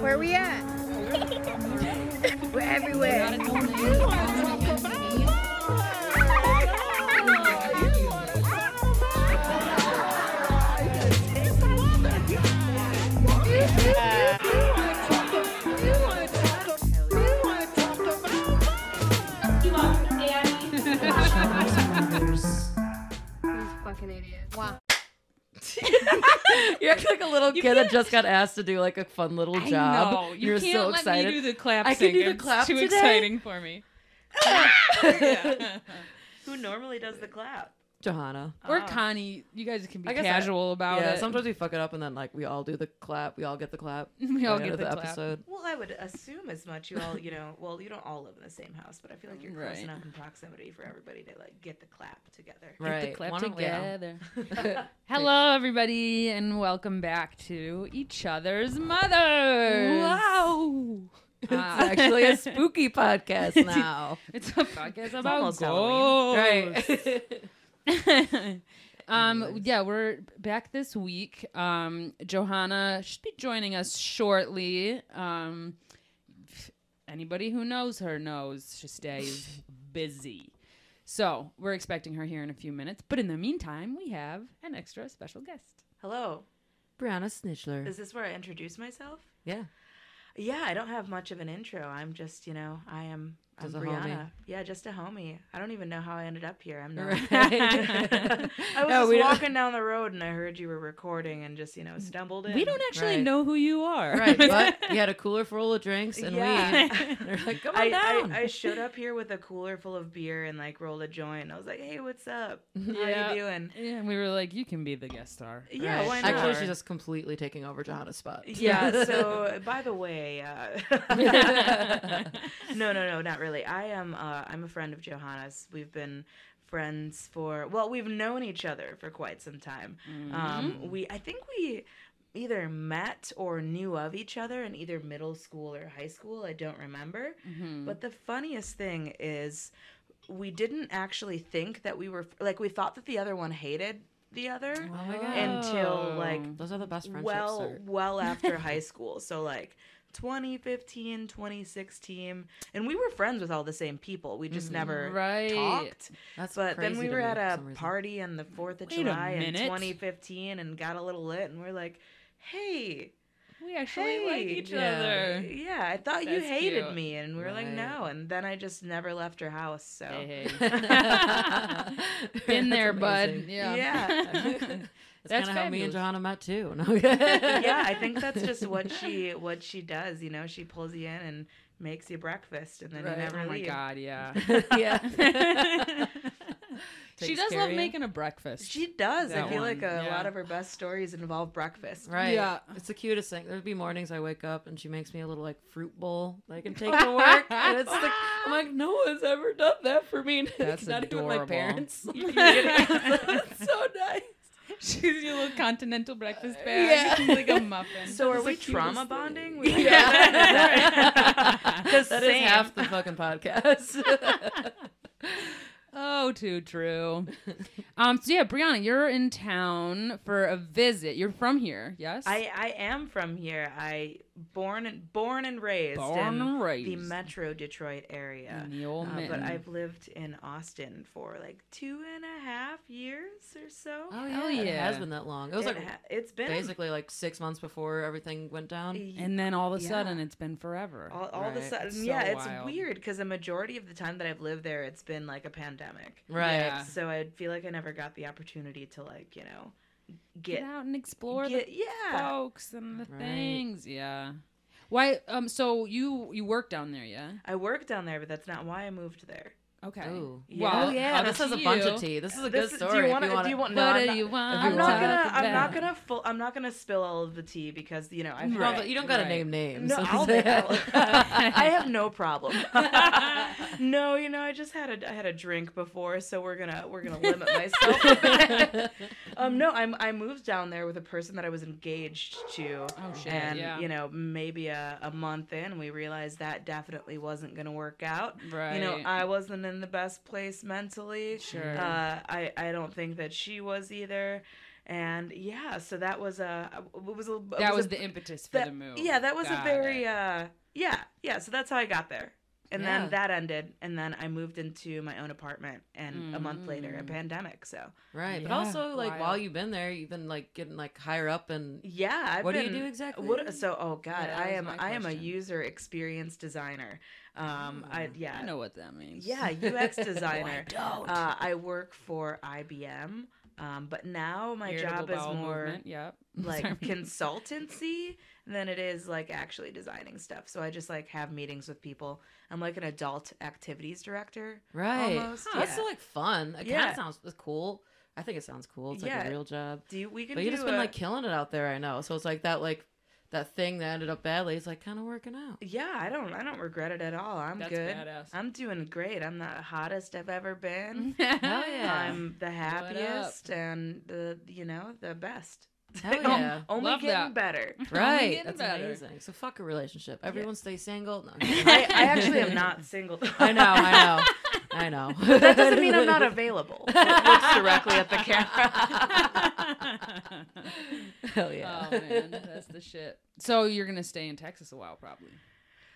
Where are we at? We're everywhere. Fucking idiot. Wow. You act like a little You kid that can't- just got asked to do like a fun little I job. know. You You're can't so let excited. me do the clap. I can do the singing. clap It's too today. exciting for me. Who normally does the clap? Johanna. Or Oh. Connie, you guys can I be guess I- casual about yeah, it. sometimes we fuck it up and then like we all do the clap. We all get the clap. we all at the end get of the, clap. episode. Well, I would assume as much. You all, you know, well, you don't all live in the same house, but I feel like you're close Right. enough in proximity for everybody to like get the clap together. Get Right. the clap Why don't we all- together. Hello, everybody, and welcome back to each other's mothers. Wow. It's Ah. actually a spooky podcast now. It's a podcast about almost Halloween. ghosts. right. um Anyways. yeah we're back this week um johanna should be joining us shortly um f- anybody who knows her knows she stays busy so we're expecting her here in a few minutes but in the meantime we have an extra special guest Hello, Brianna Snitchler. is this where I introduce myself? Yeah. Yeah, I don't have much of an intro. I'm just, you know, I am. I'm Just a Brianna. homie. Yeah, just a homie. I don't even know how I ended up here. I'm not. Right. I was No, we don't- just walking down the road and I heard you were recording and just, you know, stumbled in. we don't actually Right. know who you are right. But you had a cooler full of drinks and Yeah. weed. They're like, come on I, down. I, I showed up here with a cooler full of beer and like rolled a joint. I was like, "Hey, what's up? How Yeah. you doing?" yeah, we were like you can be the guest star Yeah, Right. why not? Actually, she's just completely taking over Johanna's spot. yeah. So, by the way, uh, Mm-hmm. no, no, no, not really. I am. Uh, I'm a friend of Johanna's. We've been friends for well, we've known each other for quite some time. Um, Mm-hmm. we, I think we either met or knew of each other in either middle school or high school. I don't remember. Mhm. But the funniest thing is, we didn't actually think that we were like we thought that the other one hated the other Oh my God. until like Oh. Those are the best friendships. well sir. well after high school so like 2015 2016 and we were friends with all the same people we just never right talked That's but then Mm, crazy we to were me at for a some reason. party on the 4th of Wait a july in minute. 2015 and got a little lit and we're like hey Oh, we actually hey. like each Yeah. other yeah i thought you That's hated cute. me and we were like Right. no and then i just never left her house so Hey, hey. That's Been there, bud. amazing. Yeah. Yeah. That's That's kind of how me and fabulous. Johanna met too. yeah, I think that's just what she what she does. You know, she pulls you in and makes you breakfast, and then Right. you never oh my leave. god, yeah. yeah. she Takes does care love of you. making a breakfast. She does. I That feel one, like a yeah. lot of her best stories involve breakfast. Right. Yeah. It's the cutest thing. There'd be mornings I wake up and she makes me a little like fruit bowl that I can take to work. and it's like I'm like, no one's ever done that for me. That's Not even my adorable. parents. It's it's so nice. She's your little continental breakfast bag. uh, yeah. She's like a muffin. So are It's the we trauma cutest bonding? thing. We- Yeah. The That is same. half the fucking podcast. oh, too true. Um, so yeah, Brianna, you're in town for a visit. You're from here, yes? I I am from here. I born and born and raised born in and raised the Metro Detroit area. in the old Uh, mitten. but I've lived in Austin for like two and a half years or so. Oh yeah, Oh, it has yeah. been that long. It was It like ha- it's been basically like six months before everything went down. and then all of a Yeah. sudden it's been forever. All, all of a Right. sudden, It's so yeah, it's wild. weird because a majority of the time that I've lived there, it's been like a pandemic. Right. Yeah. So I feel like I never got the opportunity to like you know Get, get, out and explore the get- yeah. folks and the Right. things. Yeah. Why? Um. So you you work down there, yeah? I work down there, but that's not why I moved there. Okay. Ooh. Yeah. Well, oh yeah, up this to has a bunch you. of tea. This is a This good is- story. Do if you want? wanna- Do you want? What No, do I'm not, you want? I'm you not wanna gonna. talk I'm not about? gonna. Full, I'm not gonna spill all of the tea because you know I've. You don't- Right. you don't gotta right. name names. No, I'm I'll, saying- I'll- I have no problem. no, you know, I just had a I had a drink before, so we're gonna we're gonna limit myself. a bit. Um, no, I'm I moved down there with a person that I was engaged to, Oh shit. and yeah. you know, maybe a, a month in, we realized that definitely wasn't gonna work out. right. You know, I wasn't in the best place mentally. Sure. Uh, I I don't think that she was either. And yeah, so that was a it was a it That was a- the impetus for that- the move. Yeah, that was Got a very it. uh yeah, yeah, so that's how I got there. And Yeah. then that ended and then I moved into my own apartment and a month later a Mm. pandemic. So Right. But Yeah, also, like, while wild. you've been there, you've been, like, getting, like, higher up and. yeah, I've what been, do you do exactly? What so oh god, that I was am my I am a question. Oh, user experience designer. Um I Ooh, yeah. I know what that means. Yeah, UX Oh, I designer. don't. uh, I work for IBM. Um, but now my Irritable job is bowel more movement, Yep. like Sorry. consultancy than it is like actually designing stuff. So I just like have meetings with people. I'm like an adult activities director. right. almost, Huh, That's yeah. still, like, fun. It kind Yeah. of sounds it's cool. I think it sounds cool. It's like Yeah. a real job. Do you, we can But do you just been a- like killing it out there, I know. So it's like that like that thing that ended up badly is like kind of working out. yeah, I don't I don't regret it at all. I'm That's good. badass. I'm doing great. I'm the hottest I've ever Mm-hmm. been. Hell yeah. I'm the happiest and the you know the best. Hell Om- yeah. Only Love getting that. better. Right. getting That's better. amazing. So fuck a relationship. Everyone stay single. No, I'm I, kidding. I actually am not single. I know, I know. I know. But that doesn't mean I'm not available. It looks directly at the camera. Hell yeah. Oh man, that's the shit. So you're gonna stay in Texas a while, probably.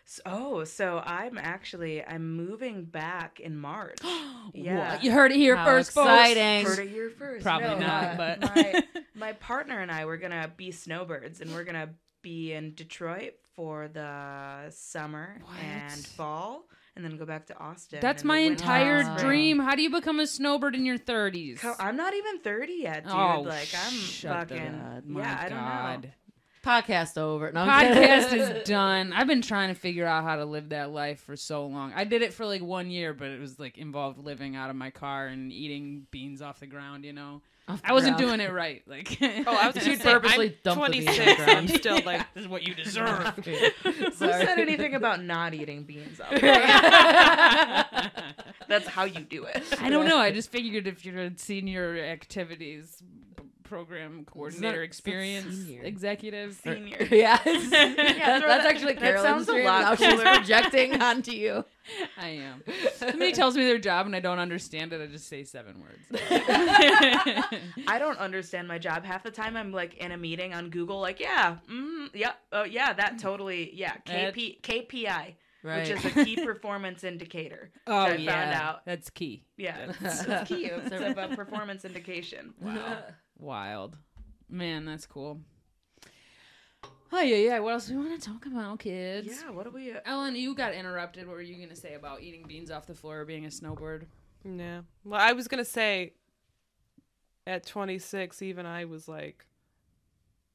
So- Oh, so I'm actually I'm moving back in March. What? you heard it here How first, folks. exciting. Heard it here first. Probably No, not, uh, but my, my partner and I were gonna be snowbirds, and we're gonna be in Detroit for the summer What? and fall, and then go back to Austin. that's in the my winter entire and spring. dream. How do you become a snowbird in your 30s? Co- I'm not even 30 yet, dude. Oh, like I'm shut the- fucking. God, my yeah, I don't God. know. Podcast over. No, I'm kidding. podcast is done. I've been trying to figure out how to live that life for so long. I did it for like one year, but it was like involved living out of my car and eating beans off the ground. You know, Off the I wasn't ground. doing it right. Like, Oh, I was She'd gonna say, purposely I'm dump the beans on 26 the and I'm ground. still like, this is what you deserve. Who Sorry. said anything about not eating beans? Off? That's how you do it. I don't know. I just figured if you're a senior activities p- program coordinator, it's not experience senior. executive, Senior. Yeah, it's- that- throw that's that- actually that Carolyn's sounds a dream. lot Now she's cooler. projecting onto you. I am. Somebody tells me their job and I don't understand it. I just say seven words. I don't understand my job half the time. I'm like in a meeting on Google, like yeah, mm, yeah, oh yeah, that totally, yeah, KP, KPI, Right. which is a key performance indicator. oh I found out. that's key. Yeah, That's- it's, it's key. It's about performance indication. Wow. Wild. Man, that's cool. Oh yeah, yeah. What else do we want to talk about, kids? Yeah, what do we? Uh, Ellen, you got interrupted. What were you gonna say about eating beans off the floor or being a snowboard? Yeah. Well, I was gonna say, at 26, even I was like,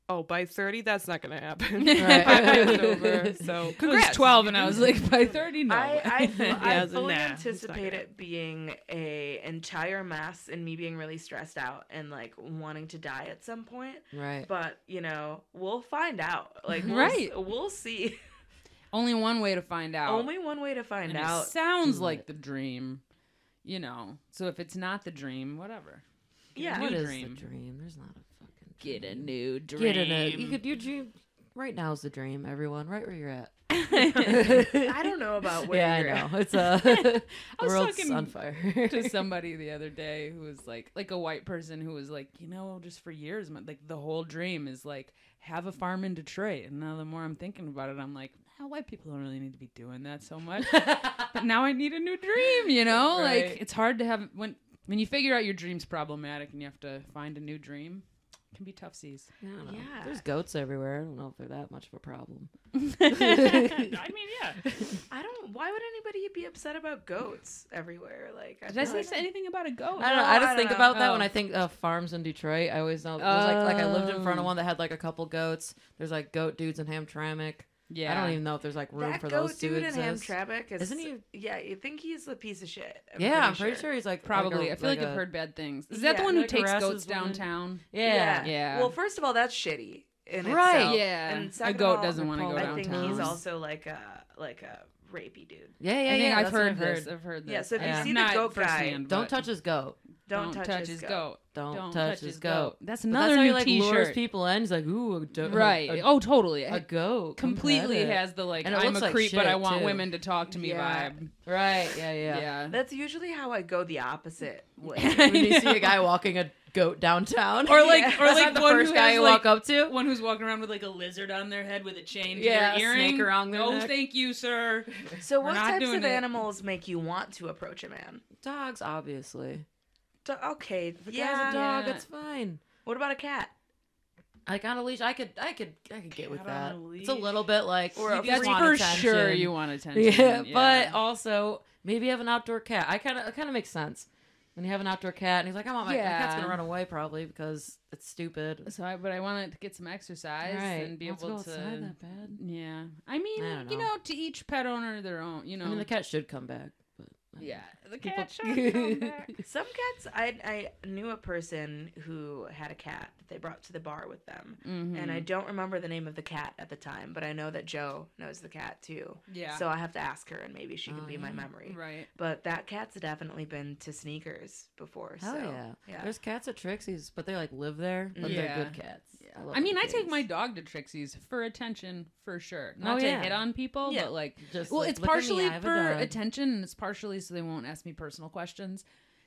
oh, by 30, that's not gonna happen. Right. Five years over. So I was congrats. twelve and I was like, by thirty, no. I I, fu- Yeah, I it's a fully nah, it's not anticipate gonna- it being a entire mess and me being really stressed out and like wanting to die at some point. Right. But you know, we'll find out. Like we'll, Right. we'll see. Only one way to find out. Only one way to find and out. it sounds Do like the dream, you know. So if it's not the dream, whatever. yeah. New What is dream. the dream? There's not a fucking Get a dream. new dream. Get in it. You could you dream right now is the dream, everyone. Right where you're at. I don't know about where yeah, you're I at. know. It's uh, the I was world's talking on fire. to somebody the other day who was like like a white person who was like you know just for years my, like the whole dream is like have a farm in detroit and now the more i'm thinking about it i'm like how white people don't really need to be doing that so much but now i need a new dream you know Right. like it's hard to have when when you figure out your dream's problematic and you have to find a new dream it can be tough seas I don't know. Yeah. There's goats everywhere. I don't know if they're that much of a problem. I mean, yeah. I don't. Why would anybody be upset about goats everywhere? Like, did i feel say like- anything about a goat I don't know. I I just don't think know. about that when Oh. I think of farms in Detroit. I always know. It was like, like I lived in front Oh. of one that had like a couple goats. There's like goat dudes in Hamtramck. yeah I don't even know if there's like room that for goat those to dude in exist. Hamtramck is Isn't he- Yeah, you think he's a piece of shit. yeah, I'm pretty sure he's like probably I i feel like, a, i've heard bad things is that the Yeah, one who like takes harasses goats women? downtown Yeah. Yeah. Well, first of all, that's shitty. In Right. Itself. Yeah. And A second of goat all, doesn't wanna go I think downtown. he's also like a like a rapey dude. Yeah, yeah, I think yeah. I've that's what heard, this. I've heard this. Yeah, so if you Yeah. see the Not goat guy, firsthand, Don't but- touch his goat. Don't, touch, his goat. Don't, touch, his goat. That's But another that's how new he, like, lures T-shirt. people in. He's like, ooh, a do- Right. a- oh, totally. a It goat come completely pet it. has the like And it I'm looks a like creep, but I shit, want too. women to talk to me Yeah. vibe. right. Yeah, yeah. Yeah. That's usually how I go the opposite way. When you see a guy walking a goat downtown. Or like, or That's like not the one first who guy has, you like, walk up to. one who's walking around with like a lizard on their head with a chain to Yeah, a their snake earring. around their no, neck. thank you, sir. So, We're what not types doing of it. animals make you want to approach a man? Dogs, obviously. Do- okay, If a yeah. guy's a dog, Yeah. it's fine. What about a cat? Like on a leash, I could, I could, I could get with Cat on that. a It's a leash. little bit like Or you a just freak. want for attention. sure you want attention. Yeah, but also maybe have an outdoor cat. I kind of, it kind of makes sense. When you have an outdoor cat, and he's like, "I want my, my cat's Yeah. gonna run away probably because it's stupid." so I, but I want to get some exercise Right. and be Let's able go to. outside that bad. Yeah, I mean, I don't you know. know, to each pet owner their own. You know, I mean, the cat should come back, but I don't yeah, the People- cat should come back. Some cats, I, I knew a person who had a cat that they brought to the bar with them. Mm-hmm. Mhm. And I don't remember the name of the cat at the time, but I know that Joe knows the cat too. yeah, Mm-hmm. So I have to ask her, and maybe she can Oh, be my yeah. memory. right. But that cat's definitely been to sneakers before. Hell so yeah. There's cats at Trixie's, but they like live there, but Yeah. they're good cats. love I mean, I them take kitties. my dog to Trixie's for attention for sure. Not Oh, to yeah. hit on people, Yeah. but like, Just, well, like, it's look at me, partially I have a for dog. attention, and it's partially so they won't ask me personal questions.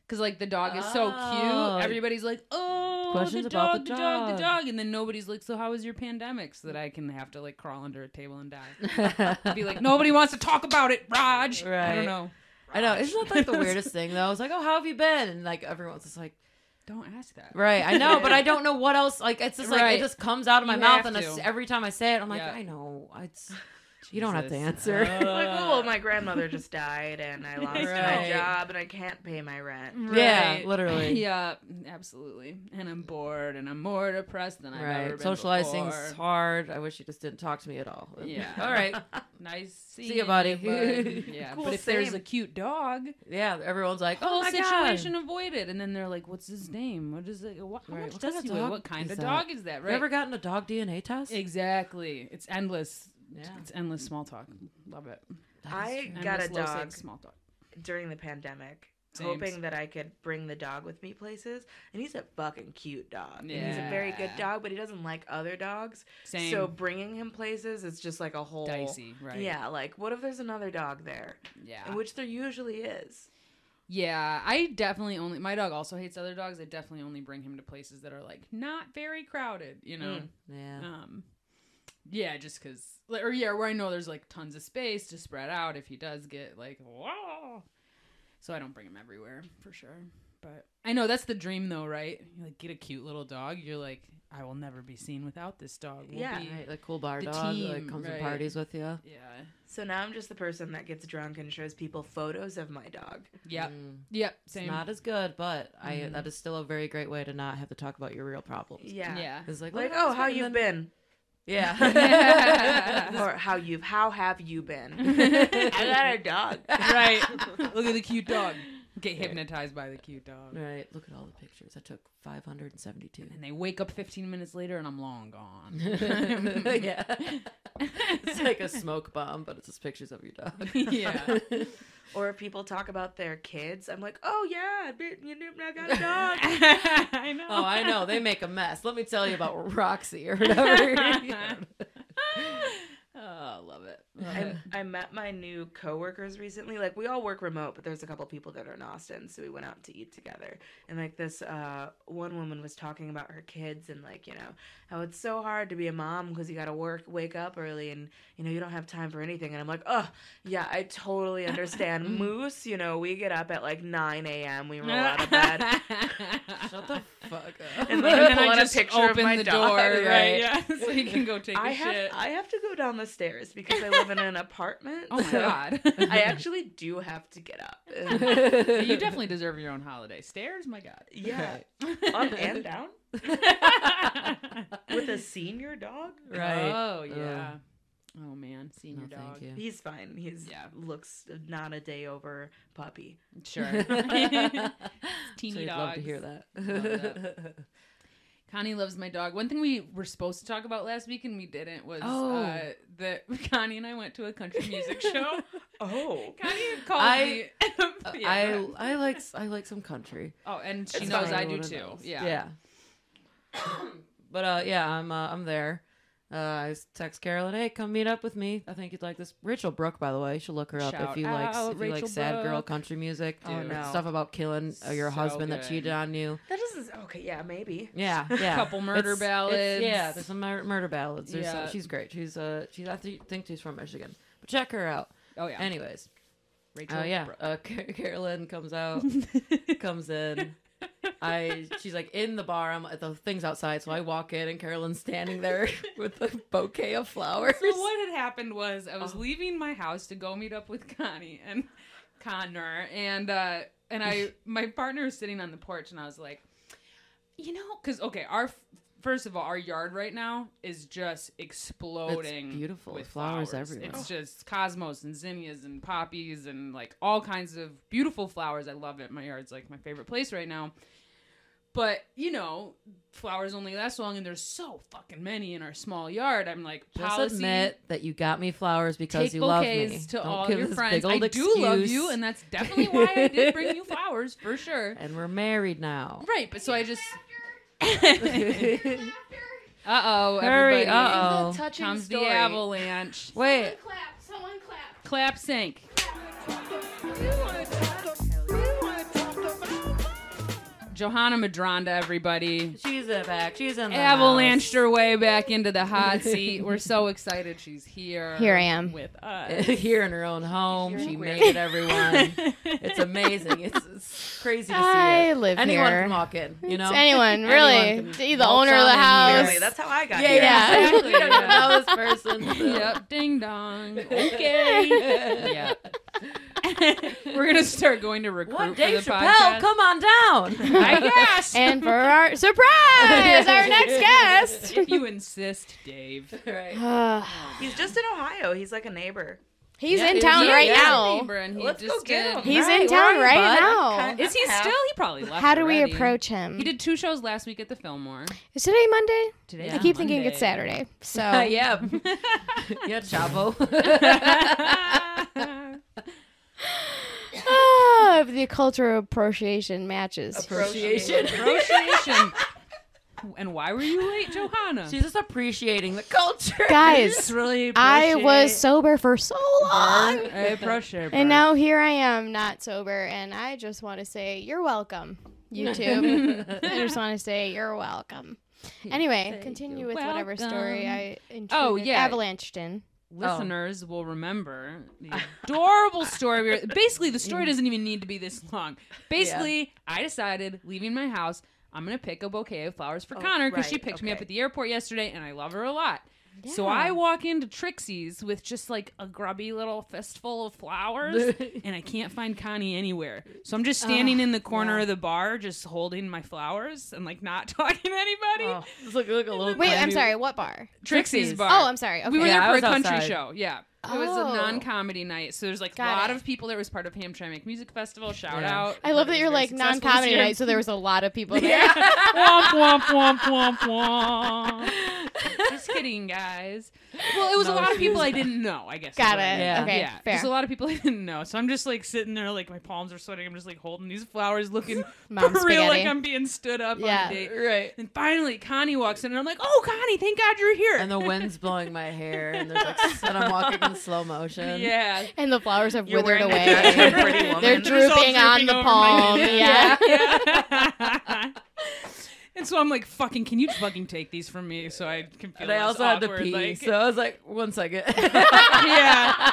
Because like the dog is so Oh. cute, everybody's like, "Oh, Questions the dog, about the the dog, the dog. dog," and then nobody's like, "So how was your pandemic?" So that I can have to like crawl under a table and die. be like, nobody wants to talk about it, Raj. I Right. don't know. I know. Isn't that like the weirdest thing though? It's like, oh, how have you been? And like everyone's just like, Don't ask that. right. I know, but I don't know what else. Like it's just like Right. it just comes out of my You mouth, have and it's- to. every time I say it, I'm like, Yeah. I know. It's you don't have to Jesus. answer. Like, Uh, oh, well, my grandmother just died, and I lost my Right. job, and I can't pay my Mm, rent. Yeah, Right. literally. Yeah, absolutely. And I'm bored, and I'm more depressed than I've ever Right. been. Socializing's before. hard. I wish you just didn't talk to me at all. Yeah. All right. Nice. Seeing ya, buddy. bud. yeah. Cool, but if there's same. a cute dog, Yeah. Everyone's like, oh, whole my situation God. avoided. And then they're like, "What's his name? What is it? What, how Right, much what does kind he of weigh? dog What kind is of that? dog is that? You Right. ever gotten a dog DNA test? exactly. It's endless. Yeah. It's endless small talk. Love it. That is I true. got a Endless low dog. stakes Small talk. during the pandemic, Same. hoping that I could bring the dog with me places. And he's a fucking cute dog. And he's a very good Yeah. dog, but he doesn't like other dogs. Same. So bringing him places is just like a whole dicey, right? Yeah, like what if there's another dog there? Yeah. And Which there usually is. Yeah, I definitely only my dog also hates other dogs. I definitely only bring him to places that are like not very crowded, you know. Yeah. Um yeah, just cuz or yeah, where I know there's like tons of space to spread out if he does get like whoa. So I don't bring him everywhere for sure. But I know that's the dream though, right? You like get a cute little dog, you're like I will never be seen without this dog. We'll Yeah. be- Right, the cool bar The dog that team, like, comes right. and parties with you. Yeah. So now I'm just the person that gets drunk and shows people photos of my dog. Yep. Mm, Yep, it's same. not as good, but I Mhm. that is still a very great way to not have to talk about your real problems. Yeah. yeah. It's like, Like, look at oh, this how one," you've and been? then- Yeah. or how you've how have you been? I got a dog. right. Look at the cute dog. Get hypnotized by the cute dog. right. Look at all the pictures. I took 572. And they wake up 15 minutes later and I'm long gone. yeah. It's like a smoke bomb, but it's just pictures of your dog. Yeah. Or if people talk about their kids, I'm like, oh yeah, I bit- you know, I got a dog. I know. oh, I know. They make a mess. Let me tell you about Roxy or whatever. oh, love it. Love I, it. I met my new coworkers recently. Like we all work remote, but there's a couple people that are in Austin, so we went out to eat together. And like this uh, one woman was talking about her kids and like you know how it's so hard to be a mom because you got to work, wake up early, and you know you don't have time for anything. And I'm like, oh yeah, I totally understand. Moose, you know, we get up at like 9 a.m. We roll out of bed. Shut the fuck up. And and then pull I out a just picture of open my the dog, door, right? right? Yeah, so you can go take a I shit. have I have to go down the stairs because I live in an apartment. oh my so god, I actually do have to get up. And- you definitely deserve your own holiday. Stairs, my god. yeah. Right. up and down with With a senior dog. Right. Oh yeah. oh man, no, senior dog. thank you. He's fine. He's Yeah. looks not a day over puppy. Sure. so Teeny you'd dog. love to hear that. that. Connie loves my dog. One thing we were supposed to talk about last week and we didn't was Oh. uh, that Connie and I went to a country music show. Oh. Connie called I- me. Yeah, go I ahead. I like I like some country. oh, and she It's knows fine. I do Everyone too. knows. Yeah. Yeah. but uh, yeah, I'm uh, I'm there, Uh, I s- text Carolyn, hey, come meet up with me. I think you'd like this. Rachel Brooke, by the way, you should look her up Shout if you like out if you like Rachel sad girl Brooke. country music. Oh, Dude, no. Stuff about killing uh, your So husband that good. cheated on you. That doesn't. Okay, yeah, maybe. Yeah, yeah. Couple murder ballads. yeah, there's some mur- murder ballads. There's some- Yeah. she's great. She's uh, she's I thi- think she's from Michigan, but check her out. Oh yeah, Anyways, Rachel. oh yeah, Brooks. uh, Car- Carolyn comes out, comes in. I she's like in the bar. I'm the thing's outside, so I walk in and Carolyn's standing there with a bouquet of flowers. So what had happened was I Uh-huh. was leaving my house to go meet up with Connie and Connor and uh and I my partner was sitting on the porch and I was like, you know, because okay, our f- first of all, our yard right now is just exploding. beautiful. with Flowers flowers, everywhere. It's just cosmos and zinnias and poppies and like all kinds of beautiful flowers. I love it. My yard's like my favorite place right now. But you know, flowers only last long, and there's so fucking many in our small yard. I'm like, Just policy, admit that you got me flowers because take you love bouquets me. to Don't all give your this friends. Big I old do love excuse. you, and that's definitely why I did bring you flowers for sure. and we're married now. Right, but so I just. uh oh! Hurry, uh-oh. Uh touching Comes story. the avalanche. Wait, Clap, someone clap. Clap sync. Johanna Madronda, everybody. she's in back. She's in the Avalanched her way back into the hot seat. We're so excited she's here. Here I am. With us. here in her own home. She made it, everyone. it's amazing. It's, it's crazy to see I it. live Anyone here. can walk in, you know? It's anyone, really. can The waltz owner of the on in here. house. Really, that's how I got yeah, here. yeah, Yeah. exactly. You don't even know this person. so- yep. Ding dong. Okay. yep. We're gonna start going to recruit What, for Dave the Chappelle? podcast. Come on down. I guess. And for our surprise, our next if you insist, Dave. right. guest. He's just in Ohio. He's like a neighbor. He's Yeah, in is town he? right Yeah. now. Neighbor, and he Let's just go get did- him. He's Right, in town where are you, right bud? now. Kind Is he Half. still? He probably left. How do we already. approach him? He did two shows last week at the Fillmore. Is today Monday? Today I keep thinking it's Saturday. So yeah. yeah, Chavo. Ah, the cultural appropriation matches. Appreciation. Appreciation. and why were you late, Johanna? She's just appreciating the culture. Guys, really. I was sober for so long. pressure. And now here I am, not sober, and I just want to say you're welcome, YouTube. I just want to say you're welcome. Anyway, continue with whatever story I intruded. Oh, yeah. avalanched in. listeners will remember the adorable story. We were, basically, the story doesn't even need to be this long. Basically, I decided leaving my house, I'm gonna pick a bouquet of flowers for Connor because she right, picked me up okay. at the airport yesterday, and I love her a lot. So I walk into Trixie's with just like a grubby little fistful of flowers, and I can't find Connie anywhere. So I'm just standing in the corner of the bar, just holding my flowers and like not talking to anybody. Oh, just look, look a little Wait, I'm tiny- sorry. What bar? Trixie's, Trixie's. bar. Oh, I'm sorry. Okay. We were Yeah, I there was for a country outside. show. Yeah. It was Oh. a non-comedy night, so there's like Got a lot it. of people that was part of Hamtramck Music Festival. Shout Yeah. out! I love that It you're was very like successful this non-comedy year. night, so there was a lot of people there. womp womp womp womp womp. Just kidding, guys. Well, it was a lot of people I didn't know. I guess. is Got what I it. mean. Yeah. Okay, yeah, fair. there's a lot of people I didn't know, so I'm just like sitting there, like my palms are sweating. I'm just like holding these flowers, looking Mom for real, like spaghetti. I'm being stood up Yeah. on a date. Right. And finally, Connie walks in, and I'm like, "Oh, Connie, thank God you're here." And the wind's blowing my hair, and there's like, s- and I'm walking in slow motion. yeah, And the flowers have You're withered wearing away. a dress like a pretty woman. They're They're just all drooping on the over my palm. head. Oh, Yeah. Yeah. and so I'm like, fucking, can you fucking take these from me so I can feel And I less also had awkward, to pee, like, so I was like, one second. yeah.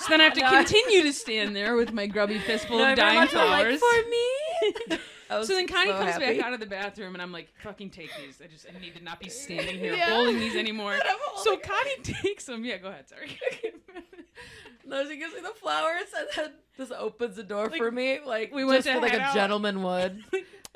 So then I have to continue to stand there with my grubby fistful I of very dying much would like flowers. for me. I was So then Connie so comes happy. back out of the bathroom, and I'm like, "Fucking take these! I just I need to not be standing here Yeah. holding these anymore." I'm So holding Connie takes them. Yeah, go ahead. Sorry. No, she gives me the flowers and then just opens the door Like, for me, like we we went went to just like head a out. gentleman would,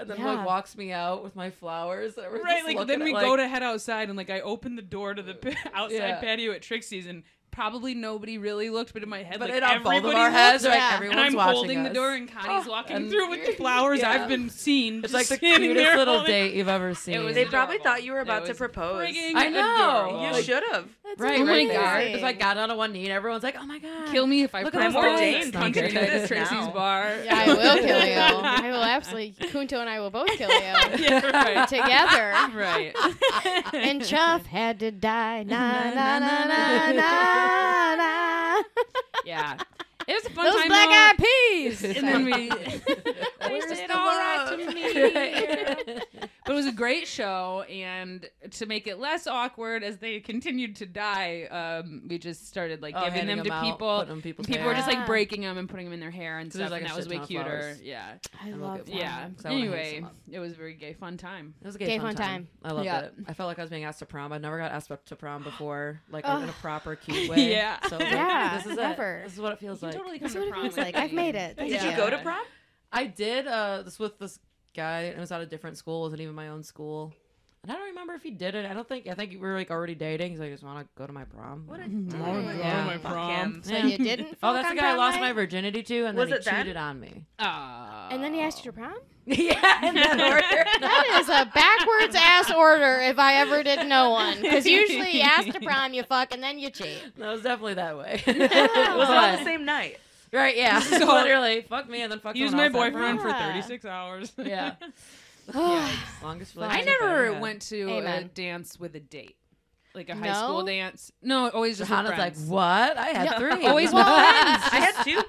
and then Yeah. like walks me out with my flowers. And we're right just like then looking we at, go like- to head outside and like i open the door to the p- outside Yeah. patio at trixie's and probably nobody really looked but in my head but like it on everybody both of our looked, heads, like Yeah. everyone's and i'm watching holding the us. door and connie's walking and- through with the flowers Yeah. i've been seen It's like just the standing cutest there little holding- date you've ever seen. was They adorable. probably thought you were It about to was propose. friggin' I know. adorable. You Like- should have. That's Right, Oh my right there. God. It's like got down on one knee and everyone's like, oh my God. Kill me if I Look at put I'm my ordained. stomach You can in do this Tracy's now. bar. Yeah, I will kill you. I will absolutely. Kunto and I will both kill you yeah, right. together. right. And Chuff had to die. Na Na, na, na na na, na na. na. Yeah. It was a fun Those time. black though. eyed peas. And then we Where's did the all right to love? me. But it was a great show, and to make it less awkward as they continued to die, um, we just started like Oh, giving handing them, to out, people. putting them in people's People hair. were just like Yeah. breaking them and putting them in their hair and "Ah." So stuff, there's, like, and a that was shit way ton of cuter. flowers. Yeah, I And we'll love get that. one. yeah. 'Cause I wanna hang Anyway, some up. it was a very gay fun time. It was a gay, Gay fun, fun time. I loved Yeah. it. I felt like I was being asked to prom. I never got asked up to prom before, like in a Ugh. proper, cute way. Yeah. So like, Yeah, this is never. it. This is what it feels like. totally come That's to what it prom feels with like. I've me. made it. Did Thank you go to prom? I did uh this with this guy and it was at a different school, it wasn't even my own school. And I don't remember if he did it. I don't think I think we were like already dating. He's like, I just wanna go to my prom. What a wanna go to my Fuck prom. him. So you didn't. fuck Oh, that's on the guy I prom lost night? my virginity to and then Was he it then? cheated on me. Oh. And then he asked you to prom. yeah, in that order. That is a backwards ass order if I ever did know one. Because usually you ask to prom, you fuck, and then you cheat. that was definitely that way. Yeah. Was it all But- the same night? Right, yeah. So- Literally, fuck me and then fuck Use my someone else at boyfriend for Yeah. 36 hours. prom. Yeah. Yeah. Longest Fuck. I relationship I've never ever had. went to a Amen. dance with a date, like a high school No? dance. No, always just with Johanna's like, friends. what? I had Yeah. three. Always with friends. I had two.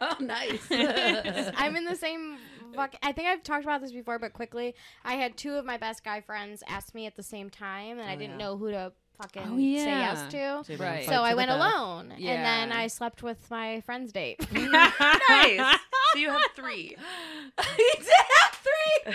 oh, nice. I'm in the same. Fuck, I think I've talked about this before, but quickly, I had two of my best guy friends ask me at the same time, and I Oh, didn't yeah. know who to fucking Oh, yeah. say yes to. Right. So I went alone. alone, and then Yeah. I slept with my friend's date. nice. So you have three. he did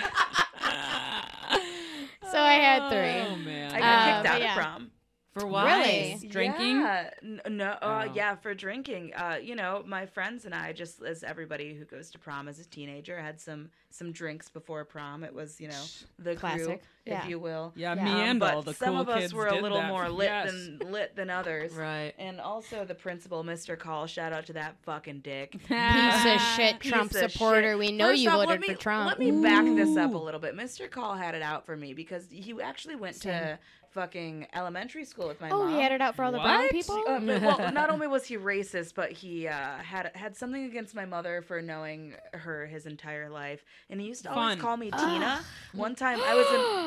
have three. So I had three. Oh I man. Uh, got kicked but out yeah. of prom. For Really? Drinking? Yeah. N- No. Uh, Oh. Yeah, for drinking. Uh, you know, my friends and I, just as everybody who goes to prom as a teenager, had some some drinks before prom. It was, you know, the crew, Classic. if Yeah. you will. Yeah, Yeah. me Um, and but all the some cool of us kids were a did little that. more lit Yes. than lit than others. Right. And also the principal, Mr. Call. Shout out to that fucking dick. Piece of Ah. shit, Piece Trump of shit. supporter. We know First you off, voted let me, for Trump. Let me back this up a Ooh. little bit. Mr. Call had it out for me because he actually went Same. to fucking elementary school with my oh, mom. he had it out for all the brown What? people. Uh, but, well, not only was he racist, but he uh, had had something against my mother for knowing her his entire life, and he used to always Fun. call me Tina. One time, I was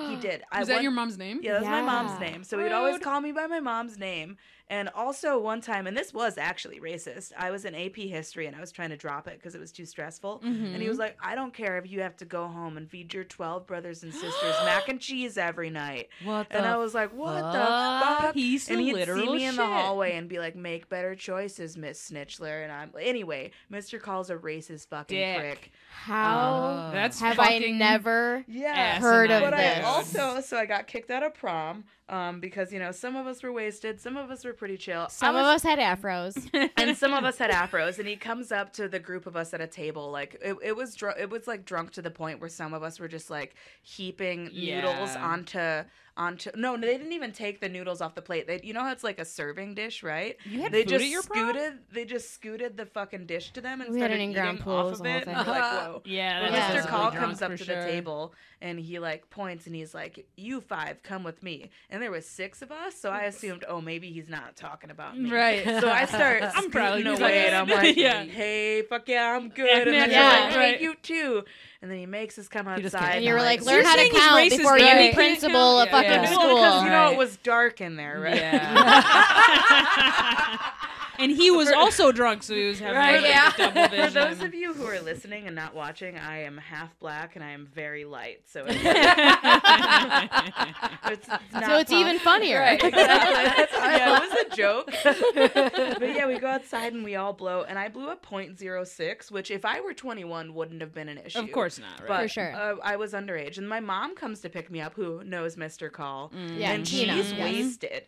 in, he did. I Is that one- your mom's name? yeah, that was my mom's Yeah. name. So he would always Rude. call me by my mom's name. And also one time, and this was actually racist. I was in AP history and I was trying to drop it because it was too stressful. And he was like, "I don't care if you have to go home and feed your twelve brothers and sisters mac and cheese every night." What And the I was like, "What fuck? the fuck?" Piece and of he'd see literal me in the shit. hallway and be like, "Make better choices, Miss Snitchler." And I'm anyway. Mister Call's a racist fucking Dick. prick. Oh, uh, Oh. How That's have I fucking never? Yeah, Heard of but I this. also so I got kicked out of prom um, because you know some of us were wasted, some of us were pretty chill, Some I of was- us had afros. and some of us had afros. And he comes up to the group of us at a table like it, it was dr- it was like drunk to the point where some of us were just like heaping noodles Yeah. onto onto no they didn't even take the noodles off the plate. They you know how it's like a serving dish right? You had they food just at your prom? scooted they just scooted the fucking dish to them and We had started an in-ground eating pool, it off was of the whole it. thing. And we're like, whoa. Yeah, Well, Mr. Yeah. that's Call really comes up drunk to for the sure. table and he like points and he's like, "You five, come with me." And there was six of us, so I assumed, "Oh, maybe he's not talking about me." Right. So I start I'm I'm probably probably good. away and I'm like, "Mm." Yeah. "Hey, fuck yeah, I'm good." Yeah, and then yeah, yeah, like, "Hey, right. you too." And then he makes us come He just outside. can't. And you were I'm like, So learn how to saying he's count racist, before right? you He be can't principal of count? fucking Yeah. school. Well, because you know Right. it was dark in there, right? and he was also drunk, so he was having Right, like, a yeah. double For vision. those of you who are listening and not watching, I am half black and I am very light, so it's, it's not so it's even funnier. exactly. That's- yeah, it was a joke. but yeah, we go outside and we all blow, and I blew a .06, which if I were 21 wouldn't have been an issue. of course not, But, right? For sure. Uh, I was underage, and my mom comes to pick me up, who knows Mr. Call, Yeah, and Tina, she's yes. wasted.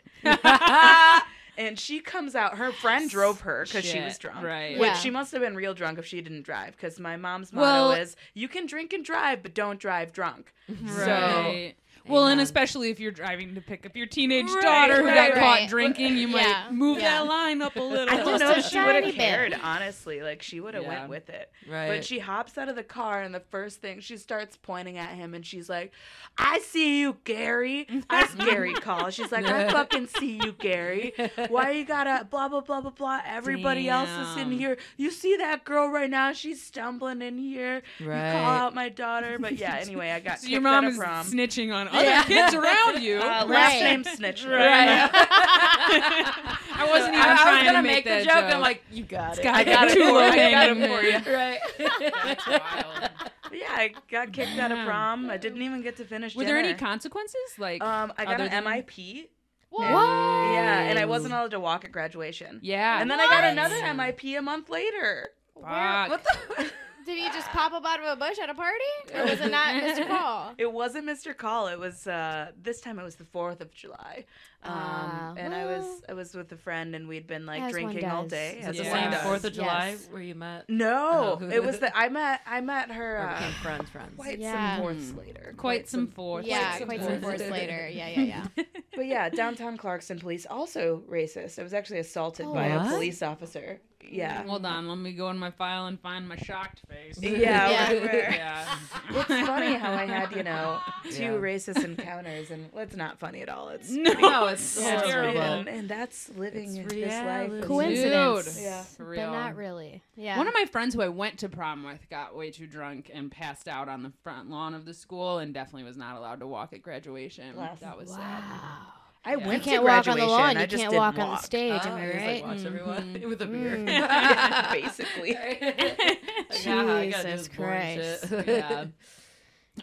and she comes out. Her friend drove her because she was Shit, drunk. right. Which Yeah. she must have been real drunk if she didn't drive, because my mom's motto Well- is, "You can drink and drive, but don't drive drunk." So Right. Well, and Amen. especially if you're driving to pick up your teenage Right, daughter who right, got right. caught drinking, you might Yeah. move Yeah. that line up a little. I don't Just know a if she would tiny have bit. cared, honestly. Like she would have Yeah. went with it. Right. But she hops out of the car and the first thing she starts pointing at him and she's like, I see you, Gary. I Gary calls. She's like, I fucking see you, Gary. Why you gotta blah blah blah blah blah. Everybody else is in Damn. here. You see that girl right now, she's stumbling in here. You call Right. out my daughter. But yeah, anyway, I got So your kicked mom out of is prom. snitching on other Yeah. kids around you. uh, last Right. name Snitch. Right. I wasn't even I, trying was to gonna make make, the that joke. joke. I'm like, you got it. gotta I be got it too for you. I low-hanging got it for you. Right. That's wild. But yeah, I got kicked out of Damn. prom. I didn't even get to finish. Were there any dinner. consequences? Like, Um, I got other an than- MIP. What? Yeah, and I wasn't allowed to walk at graduation. yeah. And then I got another MIP a month later. Where, Fuck. What the? did he just pop up out of a bush at a party? Or was it not Mr. Paul? it wasn't Mr. Call. It was uh, this time. It was the Fourth of July, um, Ah, and I well. was I was with a friend, and we'd been like As one drinking all does. day. Is it As the one same Yeah. does. Fourth of July Yes. where you met? No, Oh. it was the I met I met her Or uh, became friends, friends. quite Yeah. some fourths later. quite some force. yeah, some quite some force. force later. Yeah, yeah, yeah. But yeah, downtown Clarkson police also racist. I was actually assaulted Oh, by what? a police officer. Yeah. Hold on, let me go in my file and find my shocked face. Yeah, Yeah. right, right. Yeah. It's funny how I had, you know, two Yeah. racist encounters, and well, it's not funny at all. It's No, No, it's Yeah, it's Terrible. real, horrible. and, and that's living It's this life. reality. Coincidence. Dude. Yeah. For real. But not really. Yeah. One of my friends who I went to prom with got way too drunk and passed out on the front lawn of the school and definitely was not allowed to walk at graduation. Bless. That was sad. Wow. I Yeah. You went can't to walk on graduation. the lawn. I You just can't didn't walk, on the walk. stage. Oh, am he I was right? Like, watch everyone with a beer. Mm. Basically. Like, "Ah, I gotta do Jesus this boring Christ. shit." Yeah.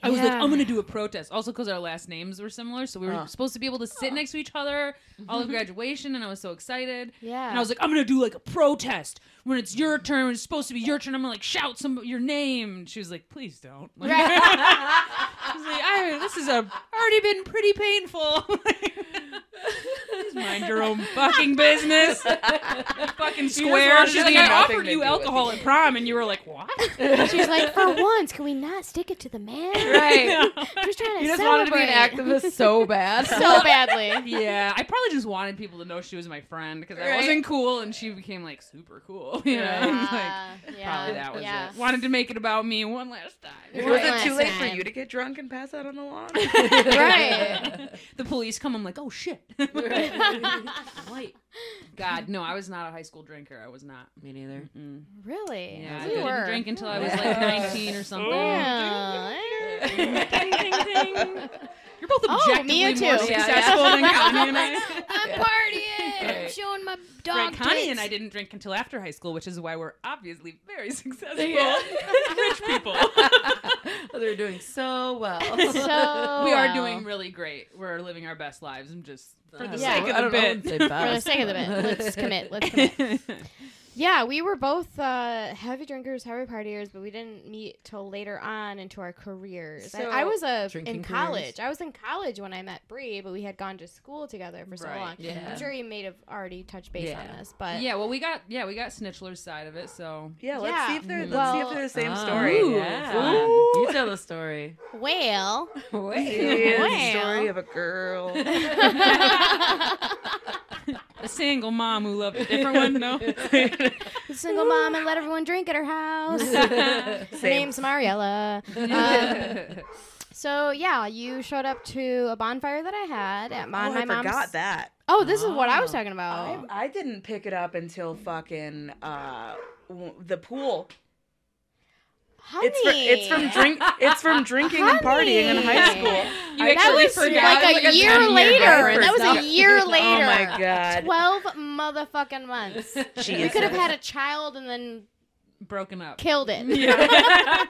I was like, Yeah. I'm gonna do a protest. Also, because our last names were similar, so we were Oh. supposed to be able to sit next to each other all of graduation, and I was so excited. yeah. And I was like, I'm gonna do like a protest when it's your turn. When it's supposed to be your turn. I'm gonna like shout some your name. And she was like, please don't. Like, she was like, I, this is a already been pretty painful. Just mind your own fucking business. You fucking square. wanted She's to like, do I nothing offered to you do with alcohol it." at prom, and you were like, what? She's like, for once, can we not stick it to the man? Right. Just trying to You just celebrate. wanted to be an activist so bad. so badly. yeah, I probably just wanted people to know she was my friend because I Right. wasn't cool, and she became like super cool. You know, It's like Uh, yeah. probably that was yeah. it. Wanted to make it about me one last time. Was Last it too late for time. you to get drunk and pass out on the lawn? Right. the police come. I'm like, oh shit. Wait. God, no, I was not a high school drinker. I was not. Me neither. Mm. Really? Yeah, I you didn't were. drink until I Yeah. was like 19 or something. Yeah. Ding, ding, ding. You're both Oh, objectively me more too. Yeah, successful yeah. than Connie and I. I'm partying. I'm Right. showing my dog Right, Connie tits. and I didn't drink until after high school, which is why we're obviously very successful. Yeah. Rich people. Oh, They're doing so well. So we are well. doing really great. We're living our best lives. I'm just for the sake of I don't the know, I wouldn't say For the sake of best. the bit, let's commit. Let's commit. Yeah, we were both uh, heavy drinkers, heavy partiers, but we didn't meet till later on into our careers. I- So- I, was a in Drinking college. careers. I was in college when I met Bree, but we had gone to school together for so Right, long. yeah. I'm sure you may have already touched base on Yeah. this, but yeah, well, we got yeah, we got Snitchler's side of it. So Yeah, let's Yeah. see if they're let's see Well- if they're the same Oh, story. Ooh. yeah. Ooh. You tell the story. well, Serious Wow. story of a girl. a single mom who loved a different one. No, single mom and let everyone drink at her house. Her Same. name's Mariella. Um, so yeah, you showed up to a bonfire that I had at my, oh, my I mom's. forgot that. Oh, this is what I was talking about. I, I didn't pick it up until fucking uh, w- the pool. Honey, It's, for, it's from drink. It's from drinking and partying in high Honey. school. you I That actually was forgot. like a It was year 10-year later. reference That was a now. year later. Oh my god. Twelve motherfucking months. We Jesus. could have had a child and then broken up. killed it.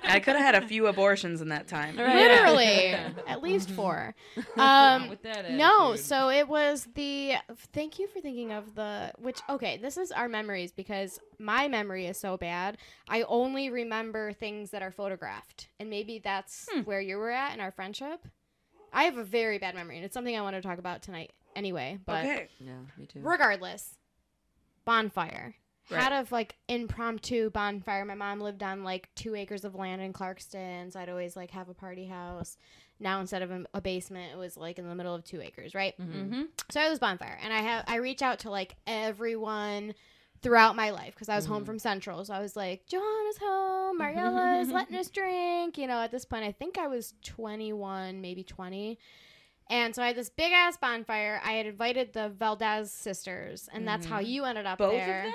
I could have had a few abortions in that time. Right. Literally, at least four. Not Um, with that no, attitude. so it was the. Thank you for thinking of the. Which okay, this is our memories because my memory is so bad. I only remember things that are photographed, and maybe that's where you were at in our friendship. I have a very bad memory, and it's something I want to talk about tonight anyway. But Okay. Yeah, me too. regardless bonfire Right. had of like impromptu bonfire my mom lived on like two acres of land in clarkston so i'd always like have a party house Now instead of a- a basement, it was like in the middle of two acres, right? Mhm. Mm-hmm. so I have this bonfire, and I have I reach out to like everyone throughout my life because I was home Mm-hmm. Mhm. from Central, so I was like, Johanna's home, Mariella is letting us drink. You know, at this point, I think I was 21, maybe 20. And so I had this big ass bonfire. I had invited the Valdez sisters, and that's how you ended up Mm-hmm. Both of there. them?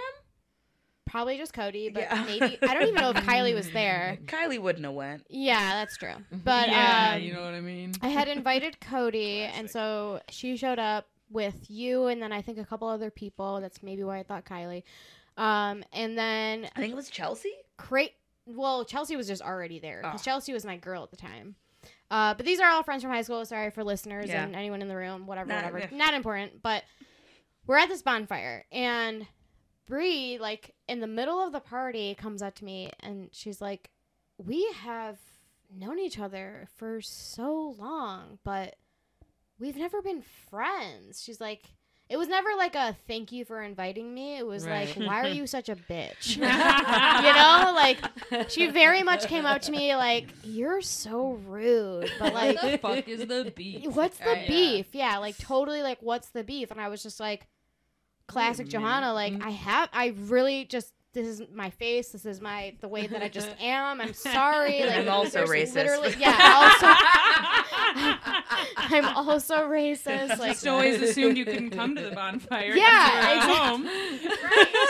Probably just Cody, but Yeah. maybe I don't even know if Kylie was there. Kylie wouldn't have went. Yeah, that's true. Mm-hmm. But Yeah, um, you know what I mean? I had invited Cody, and so she showed up with you, and then I think a couple other people. That's maybe why I thought Kylie. Um, and then I think it was Chelsea. great. Well, Chelsea was just already there because Oh. Chelsea was my girl at the time. Uh, but these are all friends from high school. Sorry for listeners Yeah. and anyone in the room. Whatever, Not- whatever. Not important. But we're at this bonfire, and Bree, like in the middle of the party, comes up to me and she's like, "We have known each other for so long, but we've never been friends." She's like. It was never like a thank you for inviting me. It was like, Right. why are you such a bitch? you know, like she very much came up to me like, "You're so rude," but like, what the fuck is the beat? what's the Right. beef? Yeah, like totally, like what's the beef? And I was just like, classic Johanna. Like I have, I really just this is my face. This is my the way that I just am. I'm sorry. Like I'm also there's racist. Literally, yeah. Also, I'm also racist. Like just always assumed you couldn't come to the bonfire. 'cause Yeah, you were at exact- home.